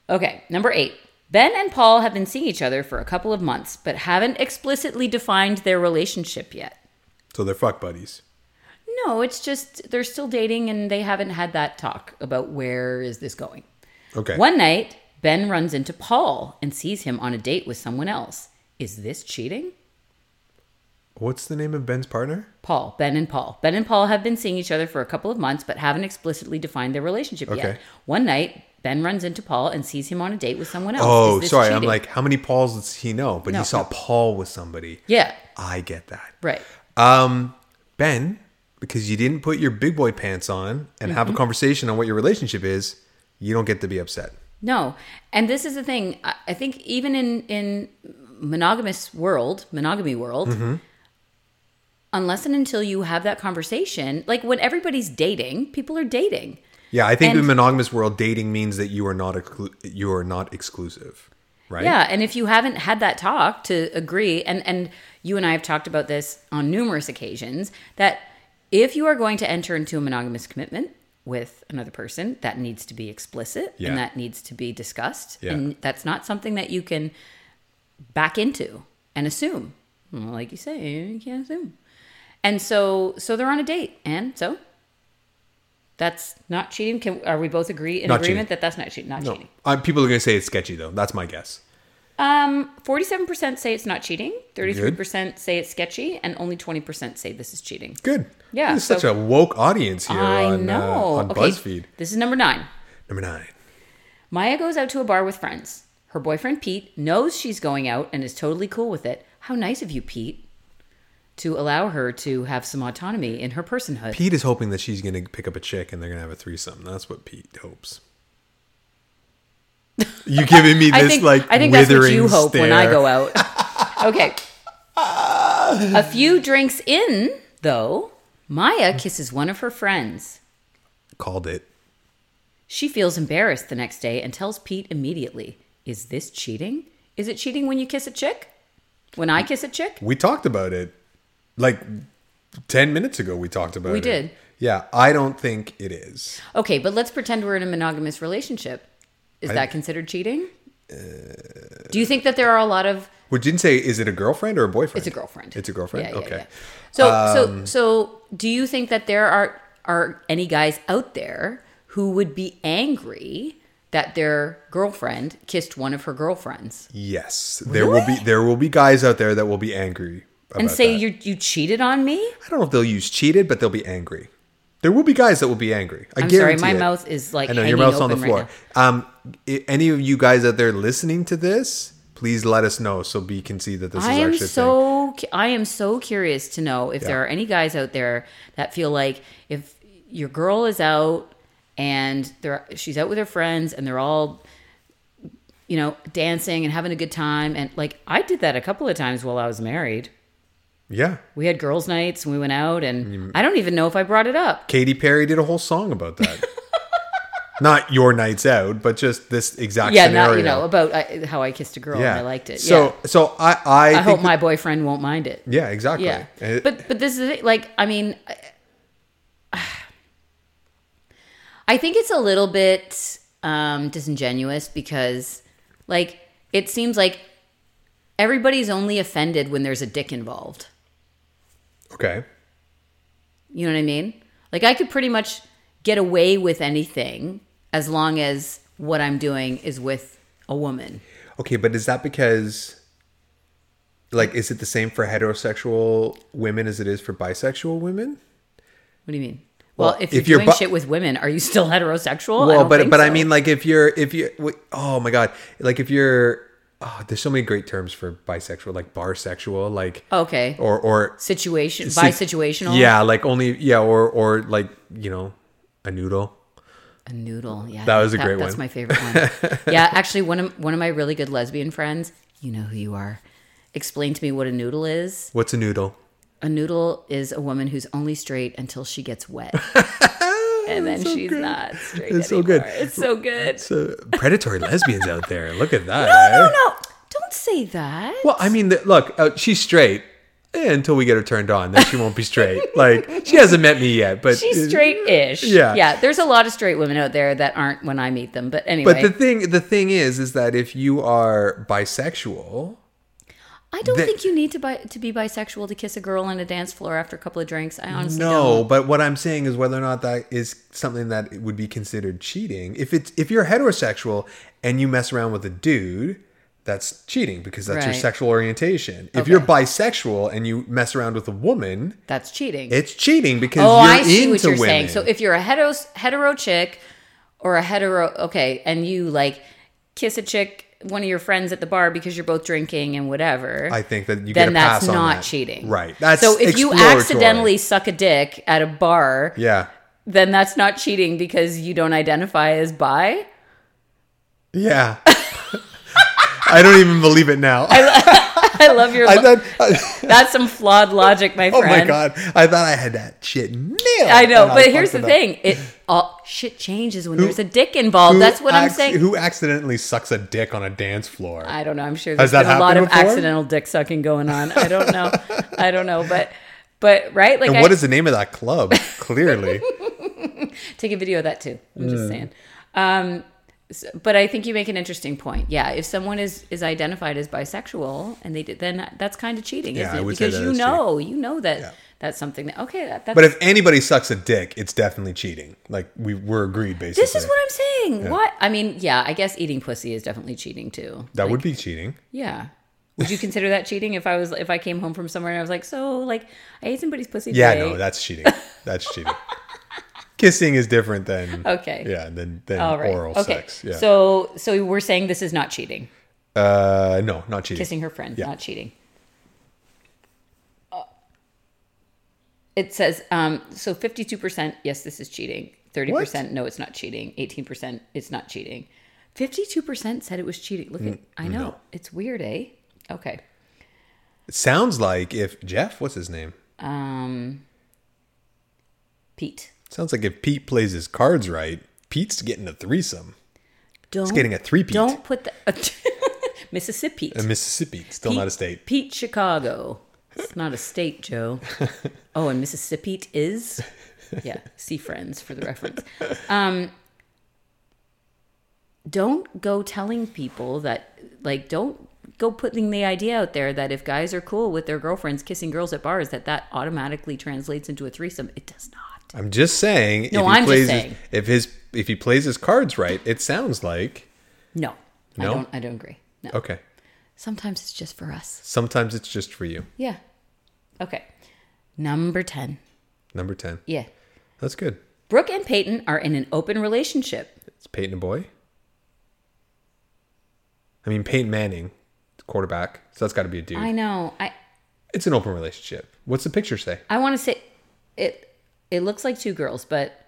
Okay, number eight. Ben and Paul have been seeing each other for a couple of months, but haven't explicitly defined their relationship yet. So they're fuck buddies. No, it's just they're still dating and they haven't had that talk about where is this going. Okay. One night, Ben runs into Paul and sees him on a date with someone else. Is this cheating? What's the name of Ben's partner? Paul, Ben and Paul. Ben and Paul have been seeing each other for a couple of months, but haven't explicitly defined their relationship yet. Okay. One night, Ben runs into Paul and sees him on a date with someone else. Oh, Is this sorry. I'm cheating? like, how many Pauls does he know? But No. he saw Paul with somebody. yeah, I get that. right. Um, Ben, because you didn't put your big boy pants on and Mm-hmm. have a conversation on what your relationship is, you don't get to be upset. No, and this is the thing. I I think even in in monogamous world, monogamy world, unless and until you have that conversation, like when everybody's dating, people are dating. Yeah, I think And- in monogamous world, dating means that you are not exclu- you are not exclusive, right? Yeah, and if you haven't had that talk to agree, and and you and I have talked about this on numerous occasions, that if you are going to enter into a monogamous commitment with another person, that needs to be explicit Yeah. and that needs to be discussed, Yeah. and that's not something that you can back into and assume. Well, like you say, you can't assume. And so, so they're on a date, and so that's not cheating. Can are we both agree in Not agreement cheating. that that's not cheating? Not No, cheating. uh, people are going to say it's sketchy though. That's my guess. Um, forty-seven percent say it's not cheating. Thirty-three percent say it's sketchy, and only twenty percent say this is cheating. Good. Yeah, This is such so- a woke audience here I on, uh, know. on okay, BuzzFeed. This is number nine. Number nine. Maya goes out to a bar with friends. Her boyfriend Pete knows she's going out and is totally cool with it. How nice of you, Pete, to allow her to have some autonomy in her personhood. Pete is hoping that she's going to pick up a chick and they're going to have a threesome. That's what Pete hopes. You giving me this I think like I think that's withering what you hope when I stare. go out. okay. a few drinks in, though, Maya kisses one of her friends. Called it. She feels embarrassed the next day and tells Pete immediately, Is this cheating? Is it cheating when you kiss a chick? When I kiss a chick? We talked about it like ten minutes ago. We talked about We it. did. Yeah, I don't think it is. Okay, but let's pretend we're in a monogamous relationship. Is that considered cheating? Uh, Do you think that there are a lot of We didn't say is it a girlfriend or a boyfriend? it's a girlfriend. It's a girlfriend. Yeah, yeah, okay. Um, yeah. So so so do you think that there are are any guys out there who would be angry that their girlfriend kissed one of her girlfriends Yes, there will be there will be guys out there that will be angry about and say that. you you cheated on me? I don't know if they'll use cheated, but they'll be angry. There will be guys that will be angry. I I'm sorry, guarantee my it. mouth is like I know your hanging mouth's on the open floor. Right now. um, i- any of you guys out there listening to this, please let us know so B can see that this I is am actually a thing. so cu- I am so curious to know if there Yeah. are any guys out there that feel like if your girl is out and they're she's out with her friends and they're all you know dancing and having a good time and like I did that a couple of times while I was married. Yeah, We had girls' nights and we went out and I don't even know if I brought it up. Katy Perry did a whole song about that. not your nights out, but just this exact Yeah, scenario. now you know about uh, how I kissed a girl yeah, and I liked it. So, yeah. so I, I, I think hope that- my boyfriend won't mind it. yeah, exactly. Yeah, It- but but this is it. like I mean, I- I think it's a little bit um, disingenuous because like it seems like everybody's only offended when there's a dick involved. okay, You know what I mean? Like I could pretty much get away with anything as long as what I'm doing is with a woman. okay, but is that because? Like, is it the same for heterosexual women as it is for bisexual women? What do you mean? Well, if you're, if you're doing bi- shit with women, are you still heterosexual? I Well, don't but think but I so. mean, like if you're if you wait, oh my god, like if you're oh, there's so many great terms for bisexual, like barsexual, like okay, or or situation si- by situational. yeah, like only yeah, or or like you know, a noodle. A noodle. Yeah, That was a great That's one. my favorite one. yeah, actually, one of one of my really good lesbian friends, you know who you are, explained to me what a noodle is. What's a noodle? A noodle is a woman who's only straight until she gets wet, and then she's not straight It's so anymore. good. It's so good. So predatory lesbians out there, look at that. eh? No, no, don't say that. Well, I mean, th- look, uh, she's straight. eh, until we get her turned on, then she won't be straight. like she hasn't met me yet, but uh, She's straight-ish. Yeah. yeah. There's a lot of straight women out there that aren't when I meet them. But anyway, But the thing, the thing is, is that if you are bisexual, I don't The- think you need to bi- to be bisexual to kiss a girl on a dance floor after a couple of drinks. I honestly no. don't. But what I'm saying is whether or not that is something that would be considered cheating. If it's if you're heterosexual and you mess around with a dude, that's cheating because that's your Right. sexual orientation. If you're bisexual and you mess around with a woman, That's cheating. it's cheating because oh, you're I see into what you're women. saying. So if you're a hetero hetero chick or a hetero okay, and you like kiss a chick one of your friends at the bar because you're both drinking and whatever. I think that you get then a that's pass on not that. cheating. right? That's so if you exploratory. accidentally suck a dick at a bar, yeah, then that's not cheating because you don't identify as bi. yeah. I don't even believe it now. I love your. I lo- thought, that's some flawed logic, my oh friend. my god, I thought I had that shit nailed. I know, and but fucked here's the it up. thing: it all shit changes when there's a dick involved. Oh, That's what I'm acc- saying. Who accidentally sucks a dick on a dance floor? I don't know. I'm sure Has there's that been a lot of happened before? accidental dick sucking going on. I don't know. I don't know, but but right, like and I what is the name of that club? Clearly, take a video of that too. I'm just saying. Um, s- but I think you make an interesting point. Yeah, if someone is is identified as bisexual and they did, then that's kind of cheating, Yeah, isn't I it? would say Because that you is know, you know that that's something that okay, that, that's but if anybody sucks a dick, it's definitely cheating. Like we were agreed, basically. this is what I'm saying. What I mean, yeah, I guess eating pussy is definitely cheating too. that would be cheating. Yeah. Would you consider that cheating if I was if I came home from somewhere and I was like, so like I ate somebody's pussy? Yeah, today. no, that's cheating. That's cheating. Kissing is different than Okay. Yeah, than than All Oh, right. oral okay. sex. Yeah. So so we're saying this is not cheating. uh, no, not cheating. Kissing her friend, not cheating. Uh, It says um, so. Fifty-two percent, yes, this is cheating. Thirty percent, no, it's not cheating. Eighteen percent, it's not cheating. Fifty-two percent said it was cheating. Look Mm, at, I know it's weird, eh? Okay. It sounds like if Jeff, what's his name? Um, Pete, Sounds like if Pete plays his cards right, Pete's getting a threesome. don't He's getting a three-peat. Don't put the Mississippi. A Mississippi, still not a state. Pete, Chicago. It's not a state, Joe. Oh, and Mississippi is. Yeah, see friends for the reference. Um, don't go telling people that, like, don't go putting the idea out there that if guys are cool with their girlfriends kissing girls at bars, that that automatically translates into a threesome. It does not. I'm just saying. No, if he I'm just plays saying. His, if his if he plays his cards right, it sounds like No, No? Oh. I don't. I don't agree. No. okay. Sometimes it's just for us. Sometimes it's just for you. Yeah. Okay. Number ten. Number ten. Yeah. That's good. Brooke and Peyton are in an open relationship. It's Peyton a boy. I mean Peyton Manning, quarterback. So that's got to be a dude. I know. I It's an open relationship. What's the picture say? I want to say it. It looks like two girls, but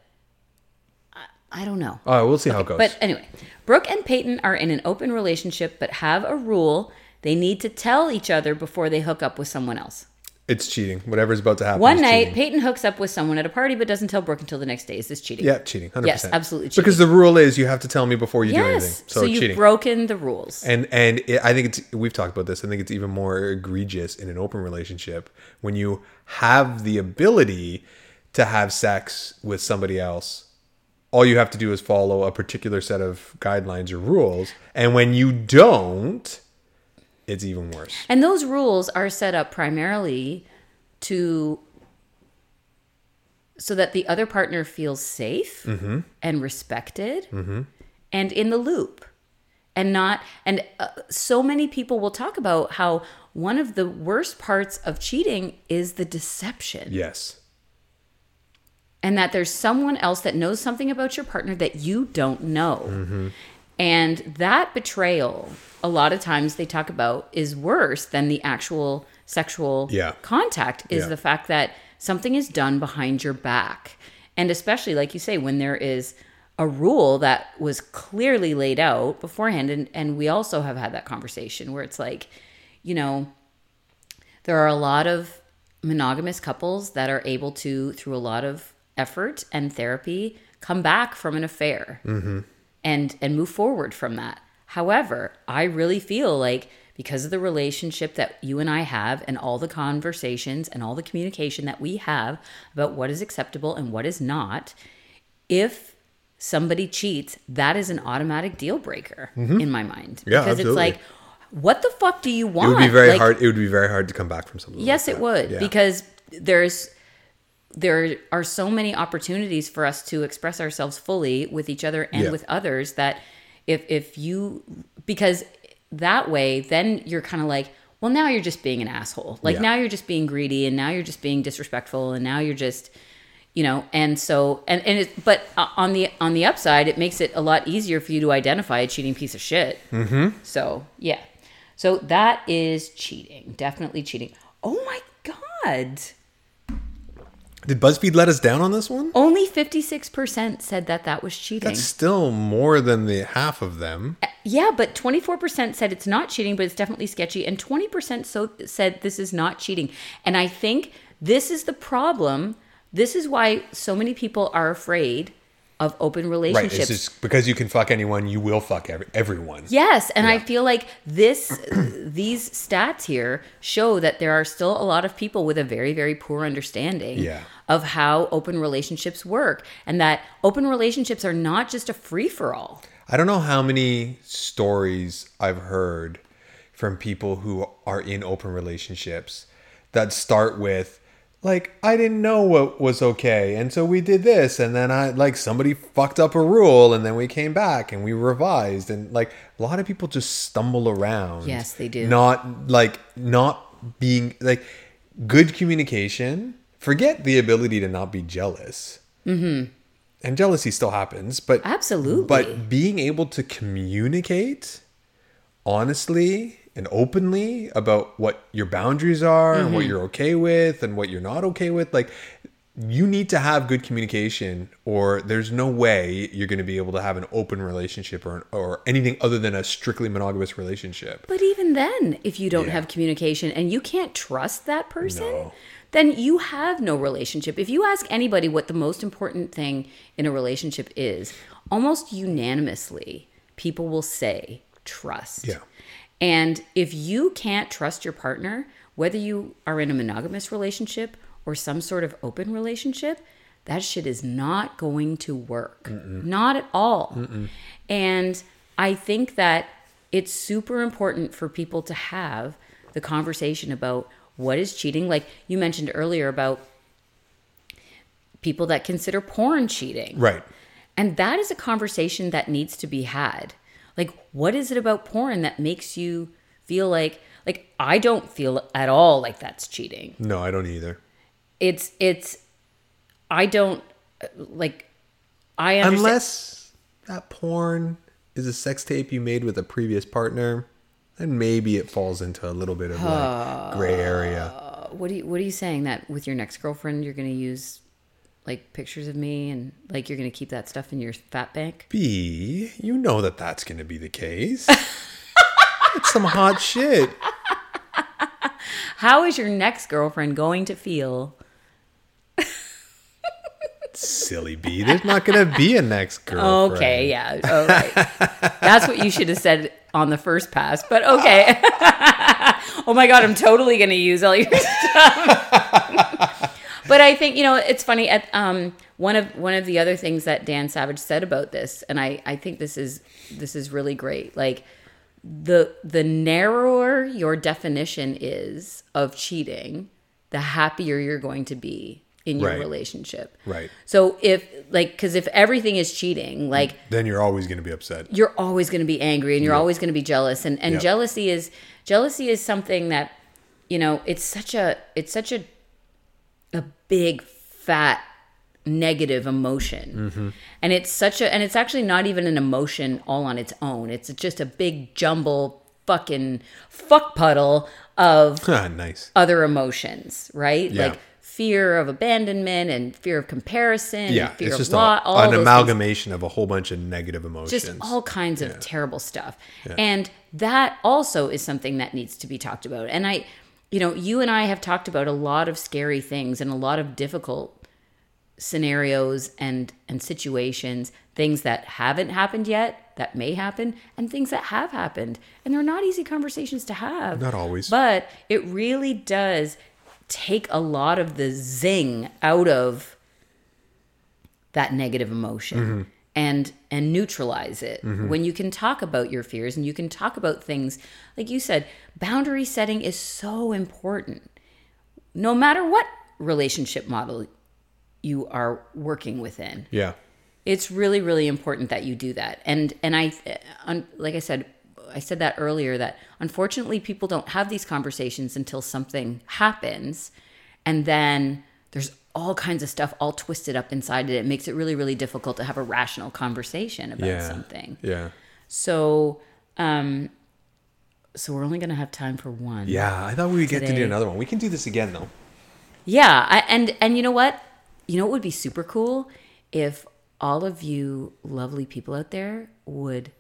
I, I don't know. Oh, we'll see how it goes. But anyway, Brooke and Peyton are in an open relationship, but have a rule they need to tell each other before they hook up with someone else. it's cheating. Whatever's about to happen. One is night, cheating. Peyton hooks up with someone at a party, but doesn't tell Brooke until the next day. Is this cheating? Yeah, cheating. 100%. Yes, absolutely Because the rule is you have to tell me before you do Yes. anything. So, So, you've cheating. broken the rules. And and it, I think it's we've talked about this. I think it's even more egregious in an open relationship when you have the ability to have sex with somebody else. All you have to do is follow a particular set of guidelines or rules, and when you don't, it's even worse. And those rules are set up primarily to so that the other partner feels safe and respected and in the loop and not and uh, so many people will talk about how one of the worst parts of cheating is the deception Yes. and that there's someone else that knows something about your partner that you don't know. And that betrayal, a lot of times they talk about, is worse than the actual sexual Yeah. contact, is Yeah. the fact that something is done behind your back. And especially, like you say, when there is a rule that was clearly laid out beforehand. And, and we also have had that conversation where it's like, you know, there are a lot of monogamous couples that are able to through a lot of effort and therapy come back from an affair and and move forward from that however i really feel like because of the relationship that you and i have and all the conversations and all the communication that we have about what is acceptable and what is not if somebody cheats that is an automatic deal breaker in my mind Mm-hmm. Yeah, because absolutely. it's like what the fuck do you It want would be very Ah, Like, hard. It would be very hard to come back from something. Yes, like it that. would Yeah. because there's there are so many opportunities for us to express ourselves fully with each other and Yeah. with others that if if you because that way then you're kind of like well now you're just being an asshole like Yeah. now you're just being greedy and now you're just being disrespectful and now you're just you know and so and and it but uh, on the on the upside it makes it a lot easier for you to identify a cheating piece of shit Mm-hmm. so yeah. So that is cheating. Definitely cheating. Oh my god. Did BuzzFeed let us down on this one? Only 56% said that that was cheating. That's still more than the half of them. yeah, but 24% said it's not cheating, but it's definitely sketchy and 20% so said this is not cheating. And I think this is the problem. This is why so many people are afraid of open Right. relationships. It's just because you can fuck anyone, you will fuck every, everyone. Yes, and I feel like this these stats here show that there are still a lot of people with a very very poor understanding Yeah. of how open relationships work and that open relationships are not just a free for all. I don't know how many stories I've heard from people who are in open relationships that start with like I didn't know what was okay and so we did this and then I like somebody fucked up a rule and then we came back and we revised and like a lot of people just stumble around. Yes, they do. Not like not being like good communication. Forget the ability to not be jealous. Mm-hmm. And jealousy still happens, but Absolutely. but being able to communicate honestly and openly about what your boundaries are and what you're okay with and what you're not okay with, like you need to have good communication or there's no way you're going to be able to have an open relationship or, or anything other than a strictly monogamous relationship. But even then, if you don't Yeah. have communication and you can't trust that person, No. then you have no relationship. If you ask anybody what the most important thing in a relationship is, almost unanimously, people will say trust. Yeah. And if you can't trust your partner, whether you are in a monogamous relationship or some sort of open relationship, that shit is not going to work. Not at all. And I think that it's super important for people to have the conversation about what is cheating. Like you mentioned earlier about people that consider porn cheating. Right. And that is a conversation that needs to be had. Like, what is it about porn that makes you feel like, like, I don't feel at all like that's cheating. No, I don't either. It's, it's, I don't, uh, like, I understand. Unless that porn is a sex tape you made with a previous partner, then maybe it falls into a little bit of like gray area. what are you, what are you saying that with your next girlfriend, you're going to use like pictures of me and like you're going to keep that stuff in your fat bank? B, you know that that's going to be the case. That's some hot shit. How is your next girlfriend going to feel? Silly B, there's not going to be a next girlfriend. Okay, yeah. All right. That's what you should have said on the first pass, but okay. oh my God, I'm totally going to use all your stuff. but I think, you know, it's funny. At, um, one of one of the other things that Dan Savage said about this, and I, I think this is this is really great. Like the the narrower your definition is of cheating, the happier you're going to be in your Right. relationship. Right. So if like cuz if everything is cheating, like Then you're always going to be upset. you're always going to be angry and you're always going to be jealous and and Yep. jealousy is jealousy is something that you know, it's such a it's such a a big fat negative emotion. And it's such a and it's actually not even an emotion all on its own. It's just a big jumble fucking fuck puddle of Ah, nice. other emotions, right? Yeah. Like fear of abandonment and fear of comparison, Yeah, and fear it's of just law, a, all an those things. amalgamation of a whole bunch of negative emotions. just all kinds of terrible stuff. And that also is something that needs to be talked about. And I, you know, you and I have talked about a lot of scary things and a lot of difficult scenarios and and situations, things that haven't happened yet, that may happen, and things that have happened. And they're not easy conversations to have. Not always. But it really does take a lot of the zing out of that negative emotion Mm-hmm. and and neutralize it when you can talk about your fears and you can talk about things like you said boundary setting is so important no matter what relationship model you are working within yeah. it's really really important that you do that and and i un, like i said i said that earlier that unfortunately people don't have these conversations until something happens and then there's all kinds of stuff all twisted up inside it it makes it really really difficult to have a rational conversation about Yeah. something Yeah. so um so we're only going to have time for one Yeah. I thought we would get to Today. do another one. We can do this again though. Yeah, I, and and you know what? You know what would be super cool if all of you lovely people out there would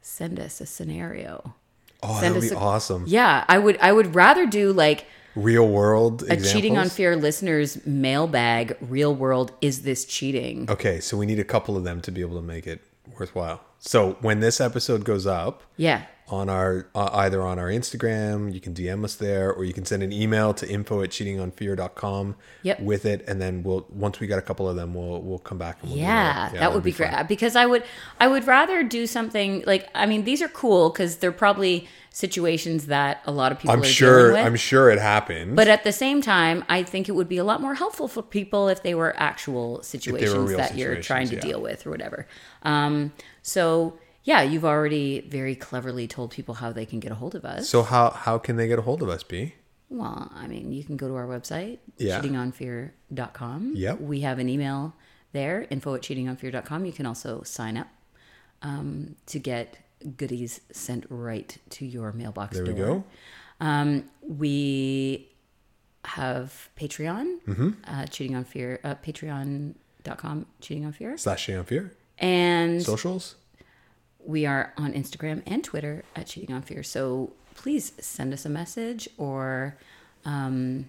send us a scenario. Oh, Send that would us be a- awesome. Yeah, I would I would rather do like Real world a cheating on examples? fear listeners mailbag real world is this cheating? Okay, so we need a couple of them to be able to make it worthwhile. So when this episode goes up Yeah. on our uh, either on our Instagram, you can DM us there, or you can send an email to info at cheatingonfear.com Yep. with it, and then we'll once we got a couple of them, we'll we'll come back. And we'll do yeah, that that'd would be, great fun. because I would I would rather do something like I mean these are cool cuz they're probably situations that a lot of people I'm are dealing sure. with. I'm sure it happened. But uh, at the same time, I think it would be a lot more helpful for people if they were actual situations real that you're trying to situations, yeah. deal with or whatever. Um, so, yeah, you've already very cleverly told people how they can get a hold of us. so how how can they get a hold of us, B? well, I mean, you can go to our website, Yeah. cheatingonfear.com. Yep. We have an email there, info at cheatingonfear.com. You can also sign up um, to get goodies sent right to your mailbox There door. we go. Um, we have Patreon, Mm-hmm. uh, cheating on fear, uh, patreon.com, cheating on fear. Slash cheating on fear And socials. we are on Instagram and Twitter at cheating on fear. So please send us a message or, um,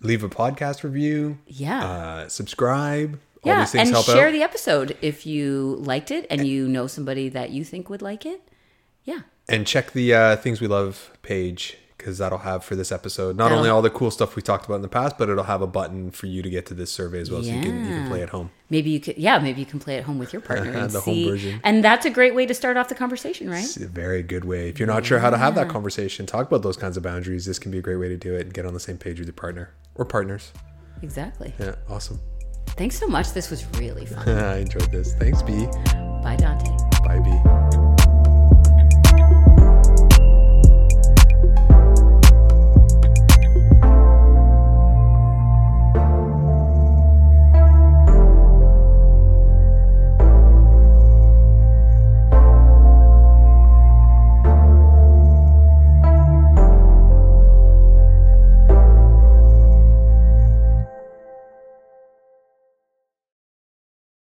Leave a podcast review. yeah. Uh, subscribe. All yeah, these things and help share out. the episode if you liked it and you know somebody that you think would like it. Yeah. and check the uh, things we love page because that'll have for this episode not That'll- only all the cool stuff we talked about in the past but it'll have a button for you to get to this survey as well so you can, you can Yeah. play at home Maybe you could, yeah. Maybe you can play at home with your partner and The home see. version. And that's a great way to start off the conversation, right? it's a very good way if you're not sure how to have that conversation talk about those kinds of boundaries this can be a great way to do it and get on the same page with your partner or partners Exactly. yeah awesome Thanks so much. This was really fun. i enjoyed this thanks b Bye, Dante. bye b